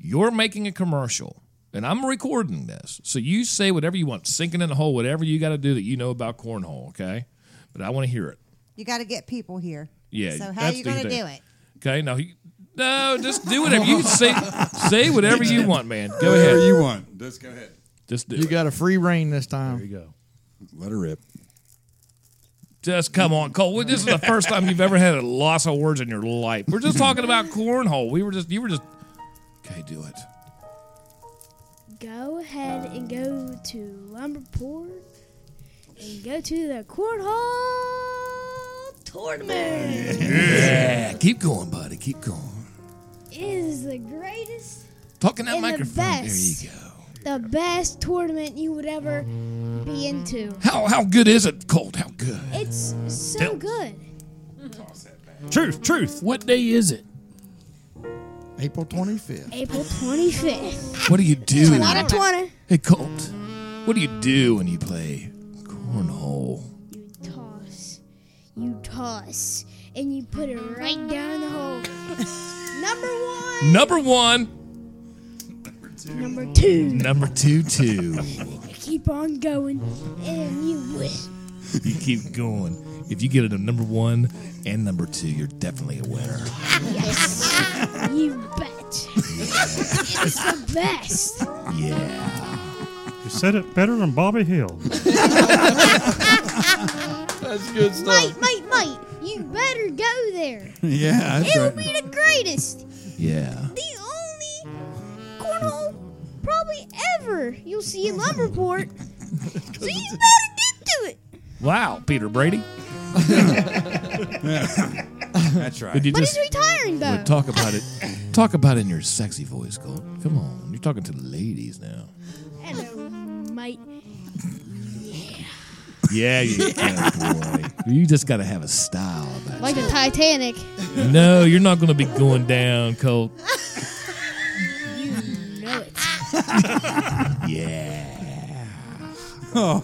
Speaker 4: You're making a commercial, and I'm recording this. So you say whatever you want, sinking in the hole, whatever you got to do that you know about cornhole. Okay, but I want to hear it.
Speaker 5: You got to get people here.
Speaker 4: Yeah,
Speaker 5: So how are
Speaker 4: that's
Speaker 5: you going
Speaker 4: the
Speaker 5: to
Speaker 4: thing.
Speaker 5: do it?
Speaker 4: Okay. Now, he- no, just do whatever you say. Say whatever you want, man. Go
Speaker 6: Whatever
Speaker 4: ahead.
Speaker 6: you want. Just go ahead.
Speaker 4: Just do
Speaker 11: You
Speaker 4: it.
Speaker 11: got a free reign this time. There
Speaker 10: you go.
Speaker 6: Let her rip.
Speaker 4: Just come on, Cole. Well, This is the first time you've ever had a loss of words in your life. We're just talking about cornhole. We were just, you were just. Okay, do it.
Speaker 9: Go ahead and go to Lumberport and go to the cornhole tournament.
Speaker 4: Yeah, keep going, buddy. Keep going.
Speaker 9: It is the greatest,
Speaker 4: Talking that
Speaker 9: And the
Speaker 4: microphone. There you
Speaker 9: best.
Speaker 4: go.
Speaker 9: the best tournament you would ever be into.
Speaker 4: How how good is it, Colt? How good?
Speaker 9: It's so
Speaker 4: Tell-
Speaker 9: good.
Speaker 10: Truth, truth.
Speaker 4: What day is it?
Speaker 11: April twenty fifth.
Speaker 9: April 25th.
Speaker 4: What do you do?
Speaker 9: Not a 20.
Speaker 4: Hey, Colt. What do you do when you play cornhole?
Speaker 9: Toss. You toss. And you put it right down the hole. Number one.
Speaker 4: Number one.
Speaker 9: Number two.
Speaker 4: Number two, two.
Speaker 9: You keep on going and you win.
Speaker 4: you keep going. If you get it at number one and number two, you're definitely a winner.
Speaker 9: Yes. you bet. it. it's the best.
Speaker 15: You said it better than Bobby Hill.
Speaker 9: That's
Speaker 4: good
Speaker 9: stuff. Mate, mate, mate, you better go there.
Speaker 6: Yeah, that's
Speaker 9: It'll
Speaker 6: right.
Speaker 9: be the greatest.
Speaker 6: Yeah.
Speaker 9: The only cornhole probably ever you'll see in Lumberport. so you better get to it.
Speaker 4: Wow, Peter Brady.
Speaker 6: That's right.
Speaker 4: Would you
Speaker 9: But
Speaker 4: just-
Speaker 9: he's retiring, though.
Speaker 4: Well, talk about it. Talk about it in your sexy voice, Colt. Come on, you're talking to the ladies now.
Speaker 9: Hello, mate.
Speaker 4: Yeah, you boy. You just got to have a style about
Speaker 9: Like the Titanic.
Speaker 4: it. No, you're not going to be going down, Colt.
Speaker 9: You know it.
Speaker 4: Yeah.
Speaker 15: Oh,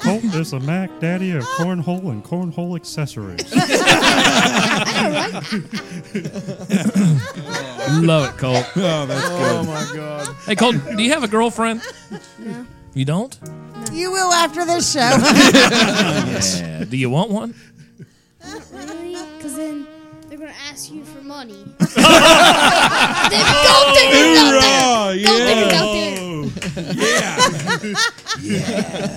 Speaker 15: Colt is a Mac Daddy of cornhole and cornhole accessories.
Speaker 4: Love it, Colt.
Speaker 6: Oh, that's
Speaker 4: Oh,
Speaker 6: good.
Speaker 4: my God. Hey, Colt, do you have a girlfriend? No. You don't?
Speaker 5: You will after this show.
Speaker 4: Yeah. Uh, Do you want one?
Speaker 9: Really? Because then they're going to ask you for money. Them gold diggers
Speaker 6: Oh,
Speaker 9: out there! Gold diggers out there!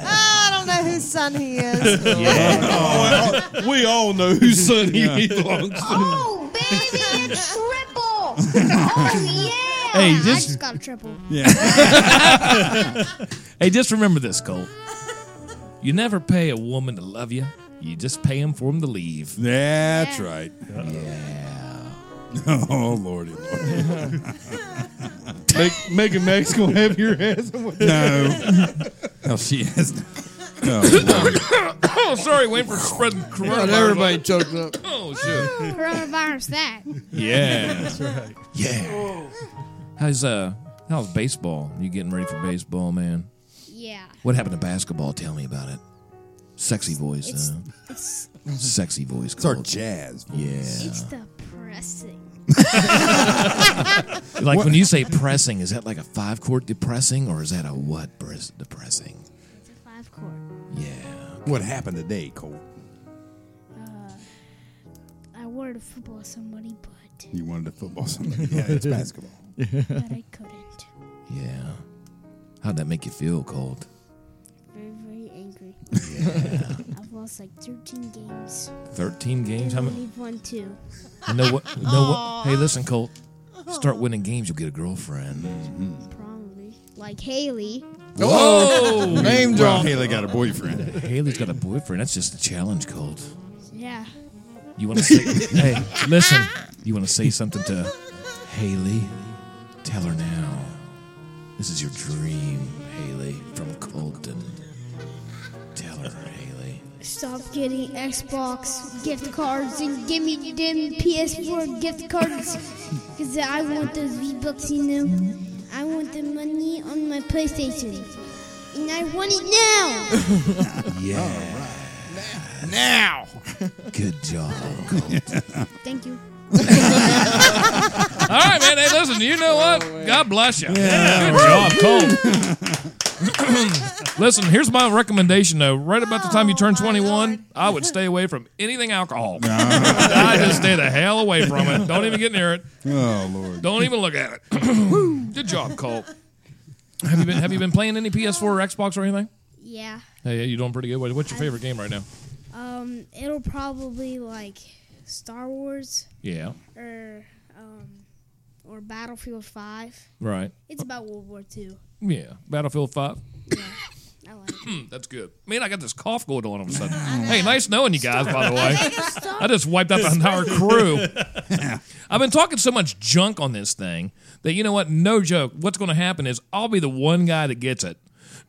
Speaker 5: I don't know whose son he is.
Speaker 8: Oh, well, we all know whose son he
Speaker 4: Yeah.
Speaker 8: belongs to.
Speaker 9: Oh, baby, it's triple! Oh, yeah!
Speaker 4: Hey,
Speaker 9: I
Speaker 4: just-
Speaker 9: just got a triple.
Speaker 4: hey, just remember this, Colt. You never pay a woman to love you. You just pay them for them to leave.
Speaker 6: That's right. Oh, lordy, lordy.
Speaker 8: Make, Megan Max gonna have your ass.
Speaker 6: no. Hell, she has. Oh,
Speaker 4: oh, sorry, Wayne, for spreading coronavirus.
Speaker 11: everybody choked up.
Speaker 4: Oh, shit.
Speaker 9: Coronavirus that.
Speaker 4: Yeah. That's right. Yeah. How's uh how's baseball? You getting ready for baseball, man?
Speaker 9: Yeah.
Speaker 4: What happened to basketball? Tell me about it. Sexy voice,
Speaker 9: It's-
Speaker 4: huh?
Speaker 9: It's,
Speaker 4: Sexy voice.
Speaker 6: It's our
Speaker 4: Colt.
Speaker 6: jazz
Speaker 4: Yeah.
Speaker 9: it's depressing.
Speaker 4: Like when you say pressing, is that like a five quart depressing or is that a what press depressing?
Speaker 9: It's a five chord.
Speaker 6: What happened today, Colt?
Speaker 9: I wanted to football somebody, but,
Speaker 6: You wanted to football somebody. Yeah, it's basketball.
Speaker 9: but I couldn't.
Speaker 4: Yeah. How'd that make you feel, Colt?
Speaker 9: Very, very angry.
Speaker 4: Yeah.
Speaker 9: I've lost like 13 games.
Speaker 4: Thirteen games. How
Speaker 9: And
Speaker 4: many?
Speaker 9: We've won two.
Speaker 4: You know what? You know what? Hey, listen, Colt. Start winning games, you'll get a girlfriend.
Speaker 9: Probably. Like Haley.
Speaker 4: Whoa!
Speaker 6: Name drop. Well, Haley got a boyfriend.
Speaker 4: Haley's got a boyfriend. That's just a challenge, Colt.
Speaker 9: Yeah.
Speaker 4: You want to say, hey, listen. You want to say something to Haley? Tell her now. This is your dream, Haley, from Colton. Tell her, Haley.
Speaker 9: Stop getting Xbox gift cards and give me them PS4 gift cards. Because I want those V-Bucks, you know. I want the money on my PlayStation. And I want it now!
Speaker 4: Yeah.
Speaker 11: Now.
Speaker 4: Good job, Colt.
Speaker 9: Thank you.
Speaker 4: All right, man. Hey, listen. You know what? God bless you.
Speaker 7: Yeah.
Speaker 4: Good job, Cole. listen, here's my recommendation though. Right about the time you turn 21, I would stay away from anything alcohol. I just stay the hell away from it. Don't even get near it.
Speaker 6: Oh, Lord.
Speaker 4: Don't even look at it. Good job, Cole. Have you been Have you been playing any PS4 or Xbox or anything?
Speaker 9: Yeah.
Speaker 4: Hey, yeah, you doing pretty good. What- What's your favorite game right now?
Speaker 9: Um, it'll probably like Star Wars
Speaker 4: Yeah.
Speaker 9: or um or Battlefield Five.
Speaker 4: Right.
Speaker 9: It's about World War Two.
Speaker 4: Yeah. Battlefield Five. Hmm,
Speaker 9: I like.
Speaker 4: That's good. Man, I got this cough going on all of a sudden. Hey, nice knowing you guys, by the way. I just wiped out the entire crew. I've been talking so much junk on this thing that you know what? No joke. What's going to happen is I'll be the one guy that gets it.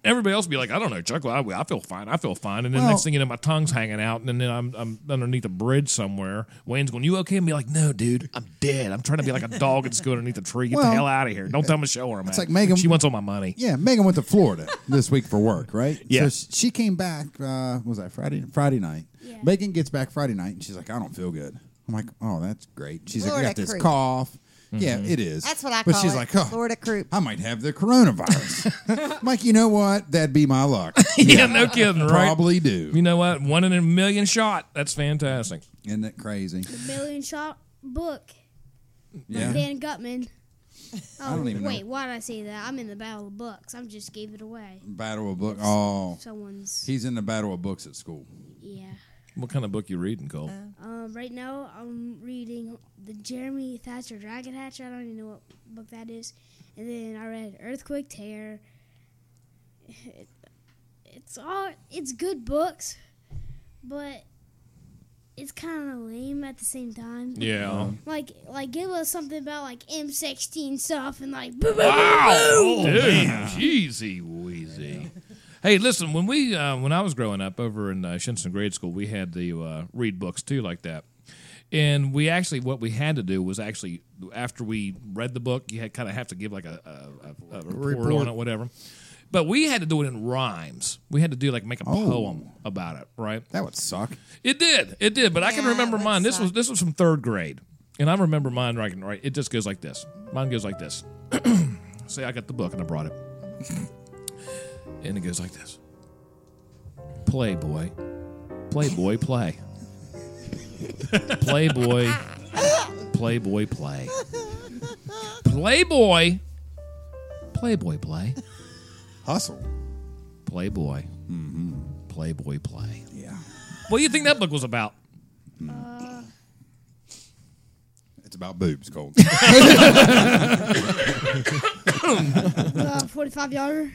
Speaker 4: Everybody else will be like, I don't know, Chuck. I, I feel fine. I feel fine. And then
Speaker 6: Well-
Speaker 4: next thing you know, my tongue's hanging out, and then I'm, I'm underneath a bridge somewhere. Wayne's going, "You okay?" And be like, "No, dude, I'm dead. I'm trying to be like a dog that's going underneath a tree. Get
Speaker 6: Well,
Speaker 4: the hell out of here. Don't tell me show where I'm
Speaker 6: it's
Speaker 4: at.
Speaker 6: like Megan-
Speaker 4: She wants all my money.
Speaker 6: Yeah, Megan went to Florida this week for work, right?
Speaker 4: Yeah.
Speaker 6: So she came back. Uh, what was that Friday? Friday night. Megan gets back Friday night, and she's like, "I don't feel good." I'm like, "Oh, that's great." She's like, "I
Speaker 5: Florida
Speaker 6: got this
Speaker 5: creep.
Speaker 6: cough." Yeah,
Speaker 5: Mhm.
Speaker 6: it is.
Speaker 5: That's what I
Speaker 6: But
Speaker 5: call
Speaker 6: she's
Speaker 5: it,
Speaker 6: like, "Oh,
Speaker 5: Florida croup."
Speaker 6: I might have the coronavirus." I'm like, you know what? That'd be my luck.
Speaker 4: yeah, no kidding, right?
Speaker 6: Probably do.
Speaker 4: You know what? One in a million shot. That's fantastic.
Speaker 6: Isn't that crazy?
Speaker 9: The million shot book.
Speaker 6: Yeah.
Speaker 9: Dan Gutman.
Speaker 6: I don't even know.
Speaker 9: wait, why did I say that? I'm in the Battle of Books. I just gave it away.
Speaker 6: Battle of Book. Oh,
Speaker 9: Someone's-
Speaker 6: He's in the Battle of Books at school.
Speaker 9: Yeah.
Speaker 4: What kind of book you reading, Cole?
Speaker 9: Um, right now, I'm reading the Jeremy Thatcher Dragon Hatch. I don't even know what book that is. And then I read Earthquake Terror. It, it's all it's good books, but it's kind of lame at the same time.
Speaker 4: Yeah.
Speaker 9: Like like give us something about like M16 stuff and like
Speaker 4: Wow,
Speaker 9: Boom.
Speaker 4: dude, jeezy wheezy. Hey, listen. When we uh, when I was growing up over in uh, Shinson grade school, we had the uh, read books too, like that. And we actually, what we had to do was actually after we read the book, you had kind of have to give like a, a, a, a report,
Speaker 11: Report.
Speaker 4: on it, whatever. But we had to do it in rhymes. We had to do like make a poem about it, right?
Speaker 6: That would suck.
Speaker 4: It did. It did. But I can
Speaker 6: Yeah,
Speaker 4: remember
Speaker 6: that
Speaker 4: mine. This was this was from third grade, and I remember mine. Right, right. It just goes like this. Mine goes like this. Say I got the book and I brought it, and it goes like this. Playboy, Playboy, play. Playboy, Playboy, play. Playboy, Playboy, play.
Speaker 6: Hustle.
Speaker 4: Playboy, Mm-hmm. Playboy, play.
Speaker 6: Yeah.
Speaker 4: What do you think that book was about?
Speaker 6: It's about boobs, Cole.
Speaker 9: Uh, 45 yarder.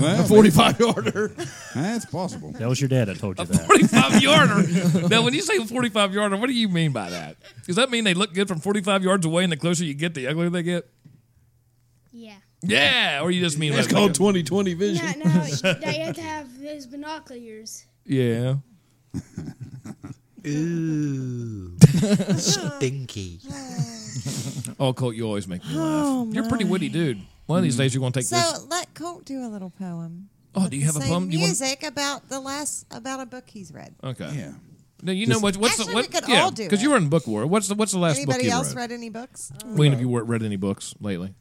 Speaker 6: Well,
Speaker 4: A 45 yarder.
Speaker 6: That's possible.
Speaker 10: That was your dad that told you that.
Speaker 4: 45 yarder. now, when you say 45 yarder, what do you mean by that? Does that mean they look good from 45 yards away and the closer you get, the uglier they get?
Speaker 9: Yeah.
Speaker 4: Yeah, or you just mean
Speaker 8: It's
Speaker 4: like-
Speaker 8: called 2020
Speaker 9: No,
Speaker 8: vision.
Speaker 9: no, now you have to have those binoculars.
Speaker 4: Yeah.
Speaker 16: Ooh. Stinky.
Speaker 4: Oh, Colt, you always make me laugh.
Speaker 5: Oh,
Speaker 4: You're a pretty
Speaker 5: my.
Speaker 4: witty dude. One of these days, you're going to take
Speaker 5: so
Speaker 4: this.
Speaker 5: let Colt do a little poem.
Speaker 4: Oh,
Speaker 5: with
Speaker 4: do you
Speaker 5: the
Speaker 4: have a
Speaker 5: same
Speaker 4: poem? Do you want-
Speaker 5: Music about the last about a book he's read.
Speaker 4: Okay.
Speaker 6: Yeah.
Speaker 4: Now, you know
Speaker 6: Just-
Speaker 4: what? What's the,
Speaker 5: Actually,
Speaker 4: what?
Speaker 5: we could
Speaker 4: yeah,
Speaker 5: all do
Speaker 4: because you
Speaker 5: it.
Speaker 4: were in book war. What's the What's the last book
Speaker 5: Anybody
Speaker 4: you
Speaker 5: else
Speaker 4: read? Oh,
Speaker 5: read any books?
Speaker 4: Wayne, have you wor- read any books lately?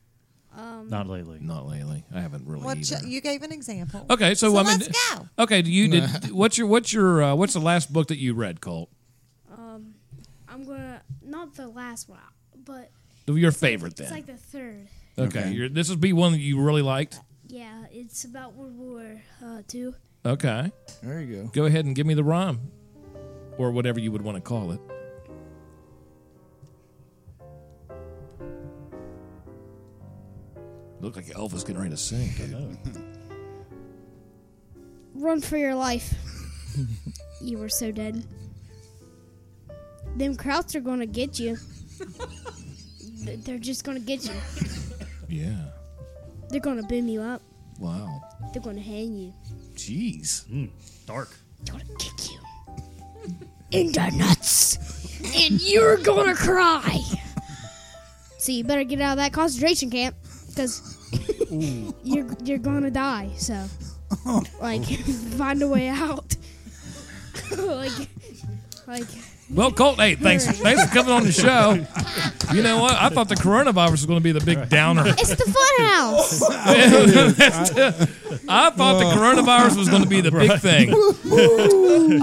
Speaker 9: Um,
Speaker 4: Not lately. Not lately. I haven't really.
Speaker 5: What
Speaker 4: either.
Speaker 5: ch- you gave an example.
Speaker 4: Okay, so, I mean,
Speaker 5: let's go.
Speaker 4: okay, do you did what's your what's your uh, what's the last book that you read, Colt?
Speaker 9: Um, I'm gonna not the last one, but
Speaker 4: Your favorite then?
Speaker 9: it's like the third.
Speaker 4: okay, You're, this would be one that you really liked.
Speaker 9: Yeah, it's about World War uh, Two.
Speaker 4: Okay,
Speaker 11: there you go.
Speaker 4: Go ahead and give me the rhyme, or whatever you would want to call it. Look like Elvis getting ready to sing. Dude.
Speaker 9: Run for your life. you were so dead. Them krauts are gonna get you. Th- They're just gonna get you.
Speaker 4: yeah.
Speaker 9: They're gonna boom you up.
Speaker 4: Wow.
Speaker 9: They're gonna hang you.
Speaker 4: Jeez.
Speaker 10: dark.
Speaker 9: They're gonna kick you in the nuts, and you're gonna cry. So you better get out of that concentration camp, because you're you're gonna die. So, like, find a way out. like, like.
Speaker 4: Well, Colt, hey, thanks, thanks for coming on the show. You know what? I thought the coronavirus was going to be the big downer.
Speaker 9: It's the fun house.
Speaker 4: I thought the coronavirus was going to be the big thing.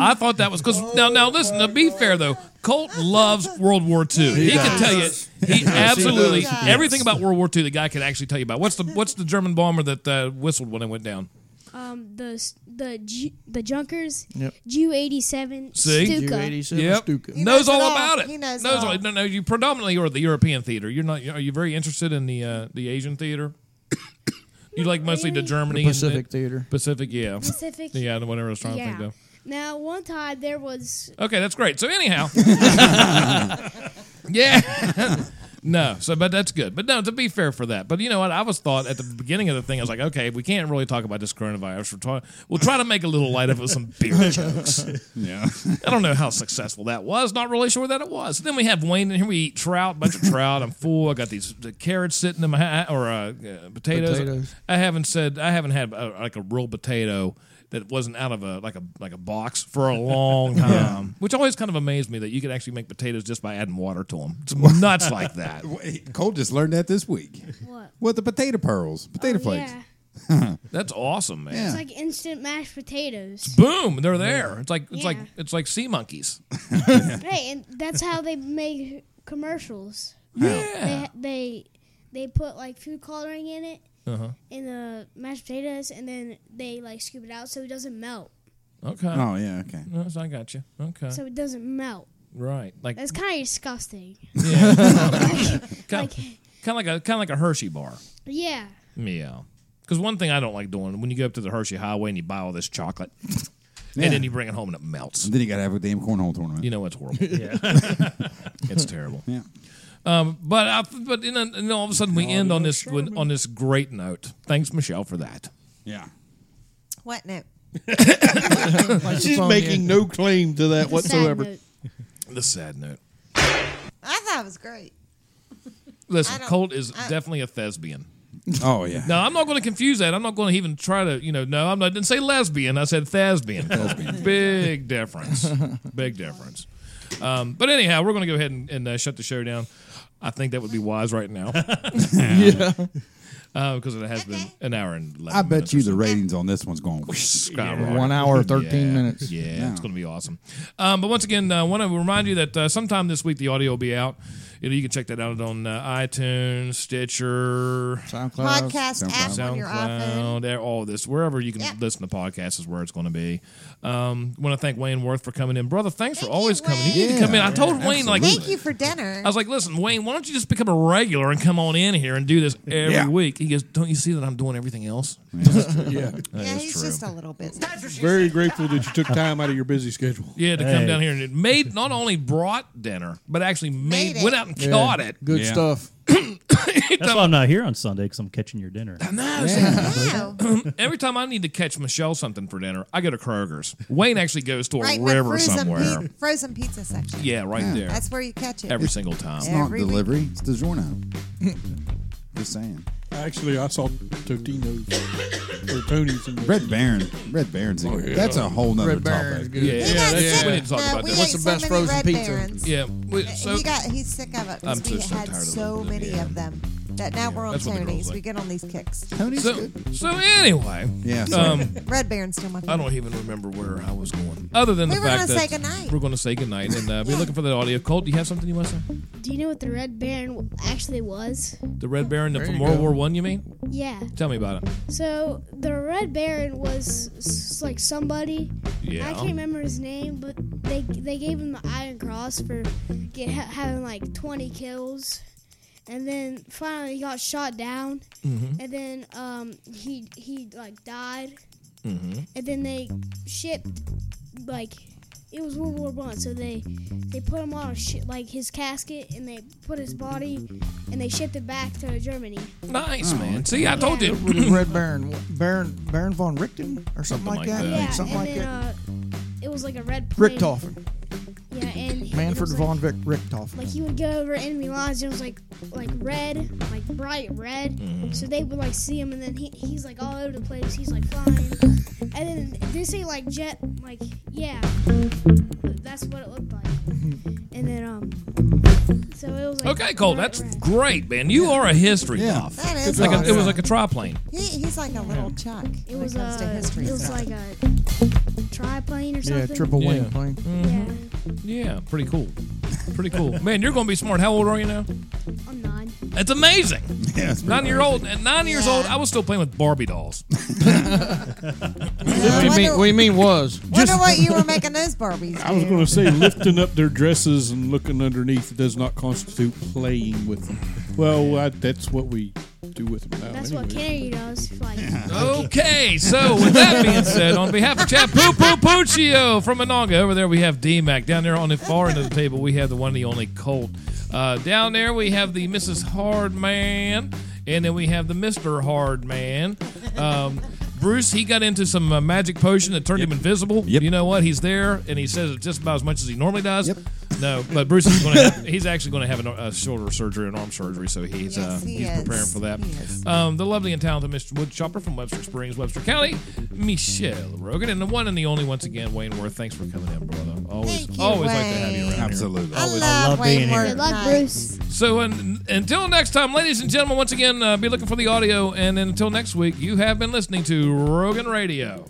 Speaker 4: I thought that was because now, now listen. To be fair though, Colt loves World War II. He,
Speaker 7: He does.
Speaker 4: can tell you
Speaker 7: Yes,
Speaker 4: he
Speaker 7: he
Speaker 4: absolutely
Speaker 7: does.
Speaker 4: everything about World War II. The guy can actually tell you about. What's the what's the German bomber that uh, whistled when it went down?
Speaker 9: Um, the s- the Ju- the Junkers.
Speaker 4: Yep.
Speaker 9: Ju eighty seven.
Speaker 4: See,
Speaker 9: Stuka.
Speaker 4: Yep.
Speaker 11: Stuka.
Speaker 4: Knows,
Speaker 9: knows it
Speaker 4: all
Speaker 9: all.
Speaker 4: about it.
Speaker 9: He knows it
Speaker 4: knows
Speaker 9: all.
Speaker 4: all. No, no, you predominantly are the European theater. You're not. Are you very interested in the uh, the Asian theater? you like mostly the Germany
Speaker 11: The
Speaker 4: and
Speaker 11: Pacific theater.
Speaker 4: Pacific, yeah.
Speaker 9: Pacific.
Speaker 4: Yeah, whatever I was trying to
Speaker 9: Yeah.
Speaker 4: think of.
Speaker 9: Now, one time there was
Speaker 4: Okay, that's great. So anyhow, yeah, no. So, but that's good. But no, to be fair for that. But you know what? I was thought at the beginning of the thing, I was like, okay, we can't really talk about this coronavirus. We're try- we'll try to make a little light of it with some beer jokes.
Speaker 6: Yeah.
Speaker 4: I don't know how successful that was. Not really sure that it was. Then we have Wayne, and here we eat trout, bunch of trout. I'm full. I got these the carrots sitting in my ha- or uh, uh, potatoes.
Speaker 11: Potatoes.
Speaker 4: I haven't said I haven't had uh like a real potato that wasn't out of a like a like a box for a long time, which always kind of amazed me that you could actually make potatoes just by adding water to them. It's nuts like that.
Speaker 6: Wait, Cole just learned that this week.
Speaker 9: What?
Speaker 6: With the potato pearls, potato
Speaker 9: Oh,
Speaker 6: flakes.
Speaker 9: yeah.
Speaker 4: That's awesome, man.
Speaker 9: it's like instant mashed potatoes.
Speaker 4: Boom, they're there. It's like it's
Speaker 9: Yeah.
Speaker 4: like it's like sea monkeys.
Speaker 9: hey, and that's how they make commercials. They, they they put like food coloring in it
Speaker 4: Uh-huh.
Speaker 9: in the mashed potatoes, and then they like scoop it out so it doesn't melt.
Speaker 4: Okay.
Speaker 6: Oh, yeah, okay.
Speaker 4: No, so I got you. Okay.
Speaker 9: So it doesn't melt.
Speaker 4: right. Like
Speaker 9: That's kind of disgusting.
Speaker 4: yeah. kind, of, kind of like a kind of like a Hershey bar.
Speaker 9: Yeah.
Speaker 4: Yeah. Because one thing I don't like doing when you go up to the Hershey Highway and you buy all this chocolate,
Speaker 6: Yeah.
Speaker 4: and then you bring it home and it melts.
Speaker 6: And then you got to have a damn cornhole tournament.
Speaker 4: You know it's horrible. Yeah. it's terrible.
Speaker 6: Yeah.
Speaker 4: Um, but I, but in a, and all of a sudden we end on this on this great note. Thanks, Michelle, for that.
Speaker 6: Yeah.
Speaker 5: What note?
Speaker 8: She's making no claim to that
Speaker 5: It's a sad
Speaker 8: whatsoever.
Speaker 5: note.
Speaker 4: The sad note.
Speaker 5: I thought it was great. I
Speaker 4: Listen,
Speaker 5: don't-
Speaker 4: Colt is
Speaker 5: I-
Speaker 4: definitely a thespian.
Speaker 6: Oh yeah.
Speaker 4: No, I'm not going to confuse that. I'm not going to even try to, you know, no, I'm not, I didn't say lesbian. I said thespian. Big difference. Big difference. Um, but anyhow, we're going to go ahead and, and uh, shut the show down. I think that would be wise right now. yeah. Because it has been an hour and 11
Speaker 6: I bet you the ratings on this one's going
Speaker 4: skyrocket.
Speaker 11: One hour, 13
Speaker 4: Yeah.
Speaker 11: minutes.
Speaker 4: Yeah,
Speaker 11: Yeah.
Speaker 4: it's going to be awesome. Um, but once again, I uh, want to remind you that uh, sometime this week the audio will be out. You, know, you can check that out on uh, iTunes, Stitcher,
Speaker 11: SoundCloud,
Speaker 5: Podcast app on your iPhone.
Speaker 4: SoundCloud, there- all this, wherever you can listen to podcasts is where it's going to be. Um, want to thank Wayne Worth for coming in, brother. Thanks for always coming. You need to come in. I told Wayne like
Speaker 5: Thank you for dinner.
Speaker 4: I was like, listen, Wayne, why don't you just become a regular and come on in here and do this every
Speaker 8: Yeah.
Speaker 4: week? He goes, don't you see that I'm doing everything else?
Speaker 8: Yeah.
Speaker 4: That
Speaker 5: yeah,
Speaker 4: is
Speaker 5: he's
Speaker 4: true.
Speaker 5: just a little bit.
Speaker 8: Very grateful that you took time out of your busy schedule.
Speaker 4: Yeah, to come down here and it made not only brought dinner, but actually made, went out and
Speaker 11: Yeah.
Speaker 4: caught it.
Speaker 11: Good stuff.
Speaker 10: That's why I'm not here on Sunday because I'm catching your dinner.
Speaker 4: No, see, "Hmm, Every time I need to catch Michelle something for dinner, I go to Kroger's. Wayne actually goes to a
Speaker 5: Right, where
Speaker 4: river
Speaker 5: frozen
Speaker 4: somewhere.
Speaker 5: pe- frozen pizza section.
Speaker 4: Yeah, right there.
Speaker 5: That's where you catch it.
Speaker 4: Every single time.
Speaker 6: It's not
Speaker 5: Every week.
Speaker 6: delivery. It's DiGiorno. Just saying.
Speaker 8: Actually, I saw Totino's or Tony's. In
Speaker 6: Red Baron. Red Baron's.
Speaker 8: Oh, yeah.
Speaker 6: That's a whole nother
Speaker 8: Red Baron's
Speaker 6: topic.
Speaker 8: good. Yeah,
Speaker 4: Yeah, that's- yeah. we need to talk
Speaker 5: No,
Speaker 4: about
Speaker 5: we
Speaker 4: that.
Speaker 5: ate
Speaker 4: What's the
Speaker 5: so
Speaker 4: best
Speaker 5: many
Speaker 4: frozen
Speaker 5: Red
Speaker 4: pizza?
Speaker 5: Barons.
Speaker 4: Yeah, we- so-
Speaker 5: he got he's sick of it because
Speaker 4: I'm
Speaker 5: we
Speaker 4: so- so
Speaker 5: had
Speaker 4: tired of
Speaker 5: so
Speaker 4: them.
Speaker 5: many
Speaker 4: Yeah.
Speaker 5: of them that now we're on
Speaker 4: that's what the girls
Speaker 5: Tony's.
Speaker 4: like.
Speaker 5: We get on these kicks.
Speaker 4: So, so anyway,
Speaker 6: Yeah, sorry.
Speaker 4: um,
Speaker 5: Red Baron's still my favorite.
Speaker 4: I don't even remember where I was going. Other than
Speaker 5: We
Speaker 4: the
Speaker 5: were
Speaker 4: fact
Speaker 5: gonna
Speaker 4: that
Speaker 5: say goodnight.
Speaker 4: we're going to say goodnight and uh, be looking for that audio. Colt, do you have something you want to say?
Speaker 9: Do you know what the Red Baron actually was?
Speaker 4: The Red Baron
Speaker 11: There
Speaker 4: from
Speaker 11: you
Speaker 4: World
Speaker 11: go.
Speaker 4: War One, you mean?
Speaker 9: Yeah.
Speaker 4: Tell me about it.
Speaker 9: So the Red Baron was s- like somebody.
Speaker 4: Yeah.
Speaker 9: I can't remember his name, but they they gave him the Iron Cross for get, ha- having like 20 kills, and then finally he got shot down,
Speaker 4: Mhm.
Speaker 9: and then um he he like died,
Speaker 4: Mm-hmm.
Speaker 9: and then they shipped like it was World War One, so they they put him on a shi like his casket, and they put his body, and they shipped it back to Germany.
Speaker 11: Oh,
Speaker 4: Nice, man. See, I told you.
Speaker 11: With the Red Baron, Baron, Baron von Richten or something,
Speaker 4: Something
Speaker 11: like
Speaker 4: like
Speaker 11: that.
Speaker 4: that. Yeah,
Speaker 11: something
Speaker 9: and
Speaker 11: like
Speaker 9: then,
Speaker 11: that.
Speaker 9: Uh, it was like a red plane.
Speaker 11: Richtofen.
Speaker 9: Yeah, and it
Speaker 11: Manfred
Speaker 9: was
Speaker 11: von
Speaker 9: like,
Speaker 11: Vic, Richtofen.
Speaker 9: like he would go over enemy lines. And it was like like red, like bright red. So they would like see him, and then he, he's like "Oh, all over the place. He's like flying, and then this ain't like jet. Like yeah, that's what it looked like.
Speaker 11: Mm-hmm.
Speaker 9: And then um, so it was like
Speaker 4: Okay, Cole, that's great, man. You are a history buff.
Speaker 5: That is
Speaker 4: It's like a,
Speaker 5: awesome.
Speaker 4: it was like a triplane.
Speaker 5: He, he's like a little Chuck.
Speaker 9: it was
Speaker 5: when it comes to
Speaker 9: uh,
Speaker 5: history
Speaker 9: it was
Speaker 5: stuff.
Speaker 9: like a triplane or
Speaker 11: Yeah,
Speaker 9: something.
Speaker 11: triple wing
Speaker 4: Yeah. Mm-hmm.
Speaker 11: plane.
Speaker 4: Yeah, pretty cool. Pretty cool, man. You're gonna be smart. How old are you now?
Speaker 9: I'm nine.
Speaker 4: That's amazing.
Speaker 6: Yeah, it's pretty
Speaker 4: Nine year old. At nine years old, I was still playing with Barbie dolls.
Speaker 11: What do you mean, what do you mean was?
Speaker 5: Wonder what you were making those Barbies.
Speaker 8: I was
Speaker 5: do.
Speaker 8: going to say lifting up their dresses and looking underneath does not constitute playing with them. Well, I, that's what we do with them now.
Speaker 9: That's
Speaker 8: anyway.
Speaker 9: what Kennedy does. Like
Speaker 4: Okay, so with that being said, on behalf of Chad Poo Poo Puccio from Monaga, over there we have D Mac. Down there on the far end of the table, we have the one and the only Colt. Uh, down there we have the Mrs. Hardman, and then we have the Mr. Hardman. Um, Bruce, he got into some uh, magic potion that turned him invisible. You know what? He's there, and he says it just about as much as he normally does. No, but Bruce is going to have, he's actually going to have an, a shoulder surgery and arm surgery, so he's uh,
Speaker 5: Yes, he
Speaker 4: he's
Speaker 5: is.
Speaker 4: preparing for that.
Speaker 5: He is.
Speaker 4: Um, the lovely and talented Mr. Woodchopper from Webster Springs, Webster County, Michelle Rogan, and the one and the only, once again, Wayne Worth. Thanks for coming in, brother. Always,
Speaker 5: Thank you,
Speaker 4: always like to have you
Speaker 5: Wayne.
Speaker 4: around.
Speaker 6: Absolutely.
Speaker 5: I love Wayne Ward.
Speaker 9: Good luck, Bruce.
Speaker 4: So un- until next time, ladies and gentlemen, once again, uh, be looking for the audio. And until next week, you have been listening to Rogan Radio.